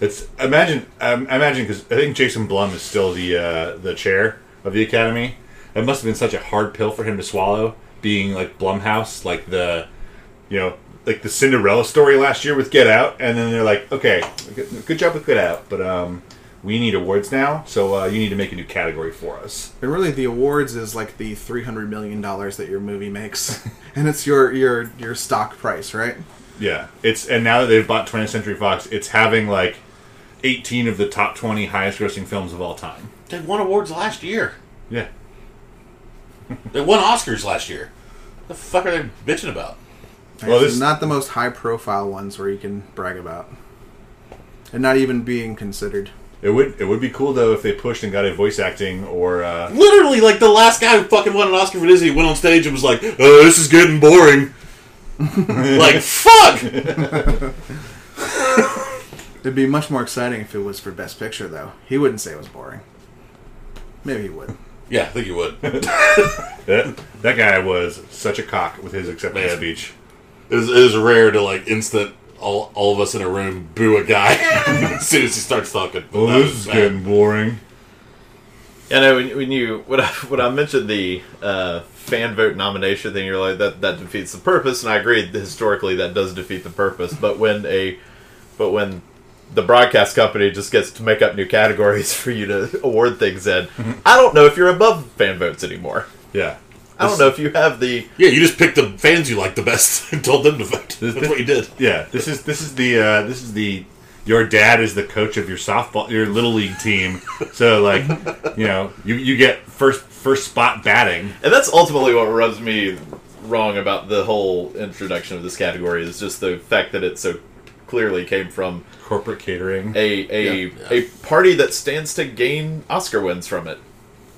S3: It's imagine um, imagine because I think Jason Blum is still the uh, the chair of the Academy. That must have been such a hard pill for him to swallow, being like Blumhouse, like the you know like the Cinderella story last year with Get Out, and then they're like, okay, good- good job with Get Out, but um, we need awards now, so uh, you need to make a new category for us.
S4: And really, the awards is like the three hundred million dollars that your movie makes, and it's your your your stock price, right?
S3: Yeah, it's and now that they've bought 20th Century Fox, it's having like 18 of the top 20 highest-grossing films of all time.
S2: They won awards last year.
S3: Yeah,
S2: They won Oscars last year. The fuck are they bitching about?
S3: Well,
S4: It's
S3: this-
S4: not the most high profile ones where you can brag about, and not even being considered.
S3: It would it would be cool though if they pushed and got a voice acting or uh,
S2: Literally, like the last guy who fucking won an Oscar for Disney went on stage and was like, "Oh, this is getting boring." like, fuck.
S4: It'd be much more exciting if it was for Best Picture, though. He wouldn't say it was boring. Maybe he would.
S2: Yeah, I think you would. It
S3: that, that guy was such a cock with his acceptance
S2: Man.
S3: speech.
S2: is, it is rare to like instant all, all of us in a room boo a guy as soon as he starts talking. But that was bad.
S3: boring.
S5: And I, when, when you when I, when I mentioned the uh, fan vote nomination thing, you're like that that defeats the purpose, and I agree that historically that does defeat the purpose. But when a but when the broadcast company just gets to make up new categories for you to award things in, I don't know if you're above fan votes anymore.
S3: Yeah,
S5: I don't know if you have the
S2: Yeah, you just picked the fans you liked the best and told them to vote. That's what you did.
S3: yeah. This is this is the uh, this is the your dad is the coach of your softball your little league team. So like you know you you get first first spot batting.
S5: And that's ultimately what rubs me wrong about the whole introduction of this category is just the fact that it so clearly came from
S3: Corporate catering.
S5: a a
S2: Yeah.
S5: a party that stands to gain Oscar wins from it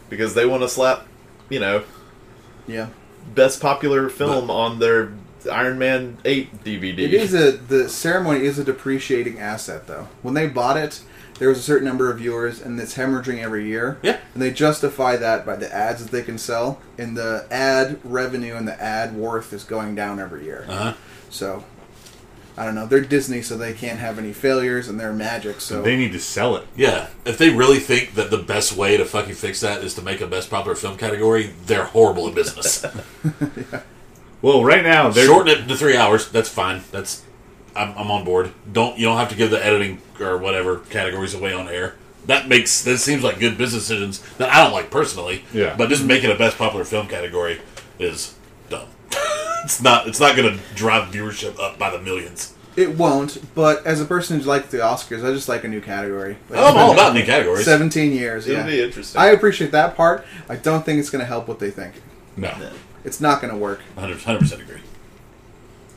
S5: because they want to slap, you know,
S4: Yeah.
S5: best popular film on their Iron Man 8 DVD.
S4: It is a the ceremony is a depreciating asset though. When they bought it, there was a certain number of viewers, and it's hemorrhaging every year.
S2: Yeah.
S4: and they justify that by the ads that they can sell, and the ad revenue and the ad worth is going down every year.
S2: Uh-huh.
S4: So, I don't know. They're Disney, so they can't have any failures, and they're magic. So
S3: They need to sell it.
S2: Yeah, if they really think that the best way to fucking fix that is to make a best popular film category, they're horrible at business.
S3: Well, right now they're
S2: Shorten it to three hours. That's fine. That's I'm, I'm on board. Don't you don't have to give the editing or whatever categories away on air. That makes that seems like good business decisions that I don't like personally.
S3: Yeah.
S2: But just making a best popular film category is dumb. it's not. It's not going to drive viewership up by the millions.
S4: it won't. But as a person who likes the Oscars, I just like a new category. Like,
S2: I'm all about new categories.
S4: Seventeen years.
S5: It'll
S4: yeah,
S5: be interesting.
S4: I appreciate that part. I don't think it's going to help what they think.
S2: No,
S4: It's not going to work.
S2: 100 percent agree.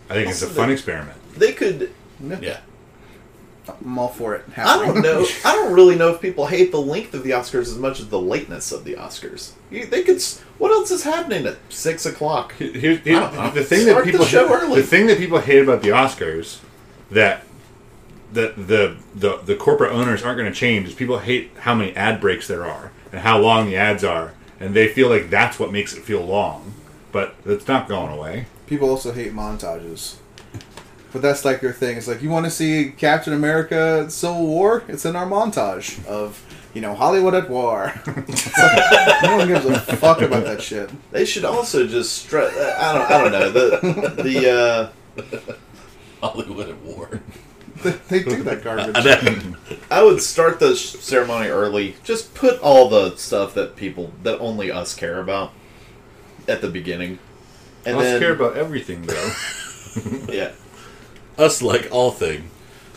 S3: I think it's a fun experiment.
S1: They could.
S2: Yeah.
S4: I'm all for it.
S1: I don't know. I don't really know if people hate the length of the Oscars as much as the lateness of the Oscars. You, they could. s- What else is happening at six o'clock?
S3: Here, here-
S1: I don't know.
S3: the thing that
S1: Start the
S3: people
S1: show
S3: hate-
S1: early.
S3: the thing that people hate about the Oscars that that the the the corporate owners aren't going to change is people hate how many ad breaks there are and how long the ads are, and they feel like that's what makes it feel long, but it's not going away.
S4: People also hate montages. But that's like their thing. It's like you want to see Captain America Civil War? It's in our montage of, you know, Hollywood at war. no one gives a fuck about that shit.
S1: They should also just stress. I don't. I don't know. The the uh,
S2: Hollywood at war.
S4: They do that garbage.
S1: I would start the sh- ceremony early. Just put all the stuff that people that only us care about at the beginning, and
S3: I
S1: then
S3: care about everything though.
S1: yeah,
S2: Us like all thing.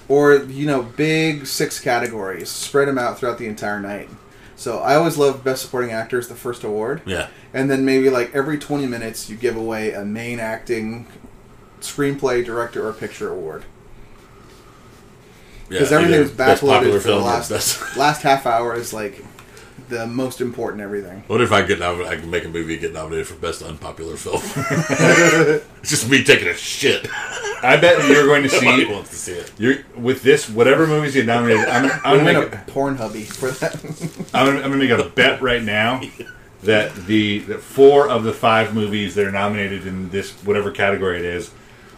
S4: or you know big six categories spread them out throughout the entire night so i always love best supporting actors the first award
S2: Yeah.
S4: and then maybe like every 20 minutes you give away a main acting screenplay director or picture award
S2: Yeah,
S4: because
S2: either
S4: everything's
S2: best
S4: backloaded
S2: popular
S4: for the
S2: film or
S4: last
S2: best-
S4: last half hour is like the most important everything
S2: I wonder if I get nominated, I can make a movie and get nominated for best unpopular film. it's just me taking a shit.
S3: I bet you're going to
S2: Nobody
S3: see
S2: wants to see it.
S3: you're with this whatever movies get nominated. I'm, I'm
S4: i'm
S3: gonna
S4: in
S3: make
S4: a porn hubby for that
S3: I'm gonna, I'm gonna make a bet right now that the that four of the five movies that are nominated in this whatever category it is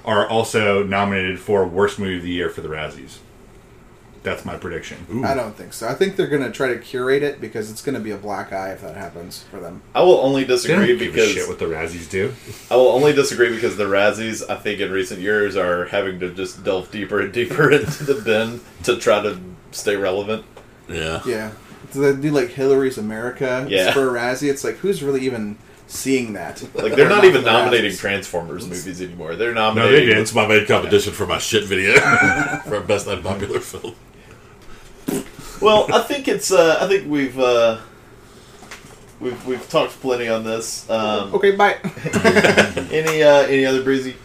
S3: are also nominated for worst movie of the year for the Razzies. That's my prediction.
S4: i don't think so i think they're gonna try to curate it because it's gonna be a black eye if that happens for them
S1: I will only
S3: They don't
S1: disagree
S3: give a
S1: because
S3: shit what the Razzies do.
S1: I will only disagree because the Razzies, I think, in recent years are having to just delve deeper and deeper into the bin to try to stay relevant.
S2: Yeah.
S4: Yeah. So they do like Hillary's America
S1: Yeah.
S4: for Razzie. It's like who's really even seeing that?
S1: Like they're not even
S4: the
S1: nominating
S4: Razzies.
S1: Transformers movies anymore. They're
S3: No, they
S1: nominating.
S3: did.
S2: It's my main competition for my shit video for best unpopular film.
S1: well, I think it's. Uh, I think we've uh, we've we've talked plenty on this. Um,
S4: Okay, bye.
S1: Any uh, any other breezy?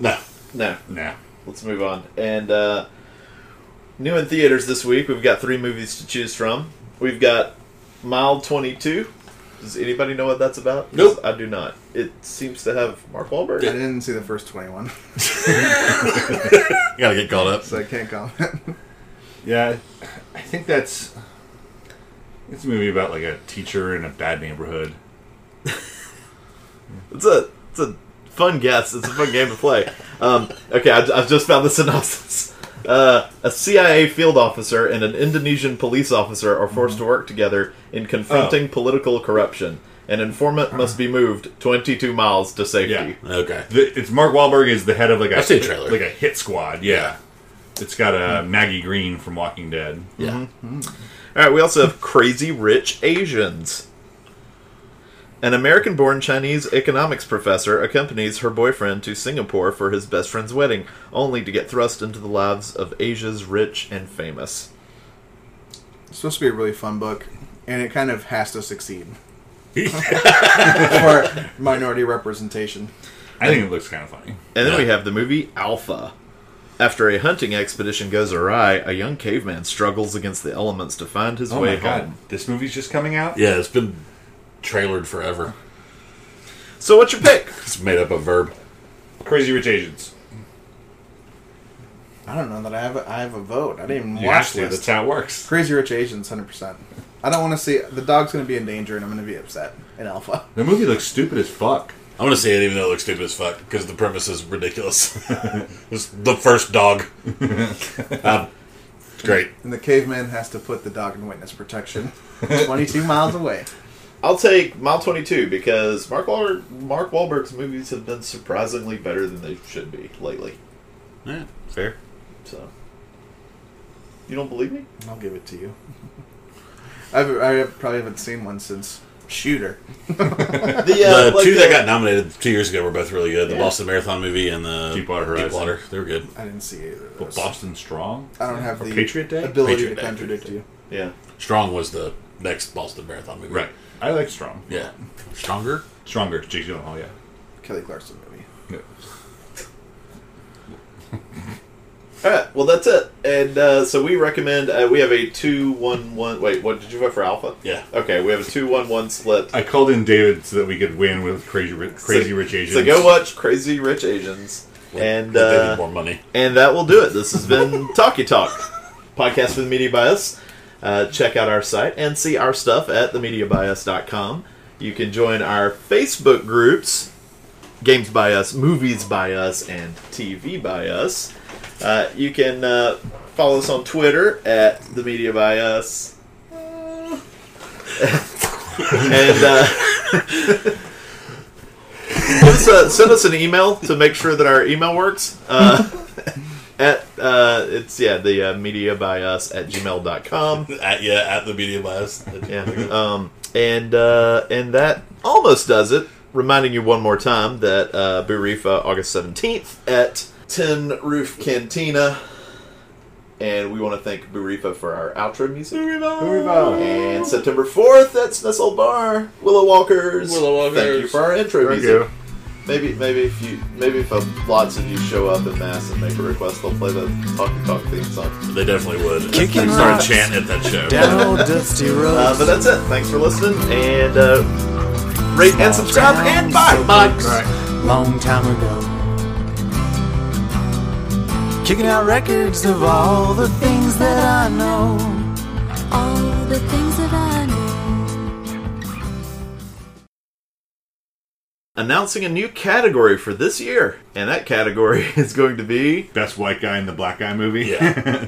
S2: No.
S1: No.
S3: Nah.
S1: Let's move on. And uh, new in theaters this week, we've got three movies to choose from. We've got Mile Twenty Two. Does anybody know what that's about? 'Cause
S2: Nope.
S1: I do not. It seems to have Mark Wahlberg.
S4: I didn't see the first twenty-one,
S2: You gotta get caught up.
S4: so I can't comment.
S3: Yeah, I think that's it's a movie about like a teacher in a bad neighborhood.
S1: It's a it's a fun guess. It's a fun game to play. Um, okay, I, I've just found the synopsis. Uh, a CIA field officer and an Indonesian police officer are forced to work together in confronting political corruption. An informant must be moved 22 miles to safety.
S3: Yeah.
S2: Okay.
S3: The, it's Mark Wahlberg is the head of like a
S2: I've seen a trailer.
S3: like a hit squad. Yeah, it's got a Maggie Green from Walking Dead.
S2: Yeah.
S1: All right, we also have Crazy Rich Asians. An American born Chinese economics professor accompanies her boyfriend to Singapore for his best friend's wedding, only to get thrust into the lives of Asia's rich and famous.
S4: It's supposed to be a really fun book, and it kind of has to succeed for minority representation.
S3: I think it looks kind of funny.
S1: And then
S2: Yeah.
S1: we have the movie Alpha. After a hunting expedition goes awry, a young caveman struggles against the elements to find his
S3: Oh
S1: way
S3: my god,
S1: home.
S3: this movie's just coming out.
S2: Yeah, it's been trailered forever.
S1: So, what's your pick?
S2: It's made up of verb.
S3: Crazy Rich Asians.
S4: I don't know that I have a, I have a vote. I didn't even
S3: You have
S4: watch
S3: to,
S4: this.
S3: That's how it works.
S4: Crazy Rich Asians, hundred percent. I don't want to see the dog's going to be in danger, and I'm going to be upset in Alpha.
S3: The movie looks stupid as fuck.
S2: I'm gonna say it even though it looks stupid as fuck, because the premise is ridiculous. it's the first dog. um, it's great.
S4: And the caveman has to put the dog in witness protection, twenty-two miles away.
S1: I'll take Mile 22 because Mark, Wahlberg, Mark Wahlberg's movies have been surprisingly better than they should be lately.
S2: Yeah.
S1: Fair. So, you don't believe me?
S4: I'll give it to you. I've, I probably haven't seen one since Shooter.
S1: The, uh,
S2: The
S1: like
S2: two
S1: the-
S2: that got nominated two years ago were both really good. The
S1: Yeah.
S2: Boston Marathon movie and the
S3: Deepwater Horizon.
S2: Deepwater. They were good.
S4: I didn't see either of
S3: But
S4: those.
S3: Boston Strong.
S4: I don't have
S3: Or
S4: the
S3: Patriot Day?
S4: ability
S2: Patriot
S4: to
S2: Day,
S4: contradict you.
S1: Yeah.
S2: Strong was the next Boston Marathon movie.
S3: Right. I like Strong.
S2: Yeah. Stronger?
S3: Stronger. Jake Gyllenhaal. Yeah.
S4: Kelly Clarkson movie.
S3: yeah.
S1: All right. Well, that's it. And uh, so we recommend. Uh, we have a two one one. Wait, what did you vote for Alpha?
S2: Yeah.
S1: Okay, we have a two one one split.
S3: I called in David so that we could win with Crazy Ri- Crazy Rich Asians.
S1: So go watch Crazy Rich Asians, and
S2: But they
S1: uh,
S2: need more money.
S1: And that will do it. This has been Talkie Talk, podcast with Media Bias. Uh, check out our site and see our stuff at themediabias.com. You can join our Facebook groups, Games by Us, Movies by Us, and TV by Us. Uh, you can uh, follow us on Twitter at the Media by Us. and uh, send, us a, send us an email to make sure that our email works. Uh, at uh, it's yeah the uh, media by us at gmail.com
S2: At, yeah, at the media bias.
S1: yeah um, and uh, and that almost does it reminding you one more time that uh, Burifa August 17th at 10 Roof Cantina and we want to thank Burifa for our outro music and September 4th at Snuzzle Bar Willow Walkers
S2: Willow Walkers.
S1: thank you for our intro
S3: Thank
S1: music
S3: you.
S1: Maybe, maybe if you, maybe if uh, lots of you show up in mass and make a request, they'll play the Talkie Talk theme song.
S2: They definitely would.
S6: Kicking
S2: They started
S6: rocks.
S2: chanting at that show.
S6: Down dusty
S1: Uh,
S6: roads.
S1: but that's it. Thanks for listening, and uh, rate and subscribe, and bye, bye.
S6: long time ago. Kicking out records of all the things that I know.
S7: all the things that I know.
S1: Announcing a new category for this year, and that category is going to be.
S3: Best white guy in the black guy movie.
S2: Yeah.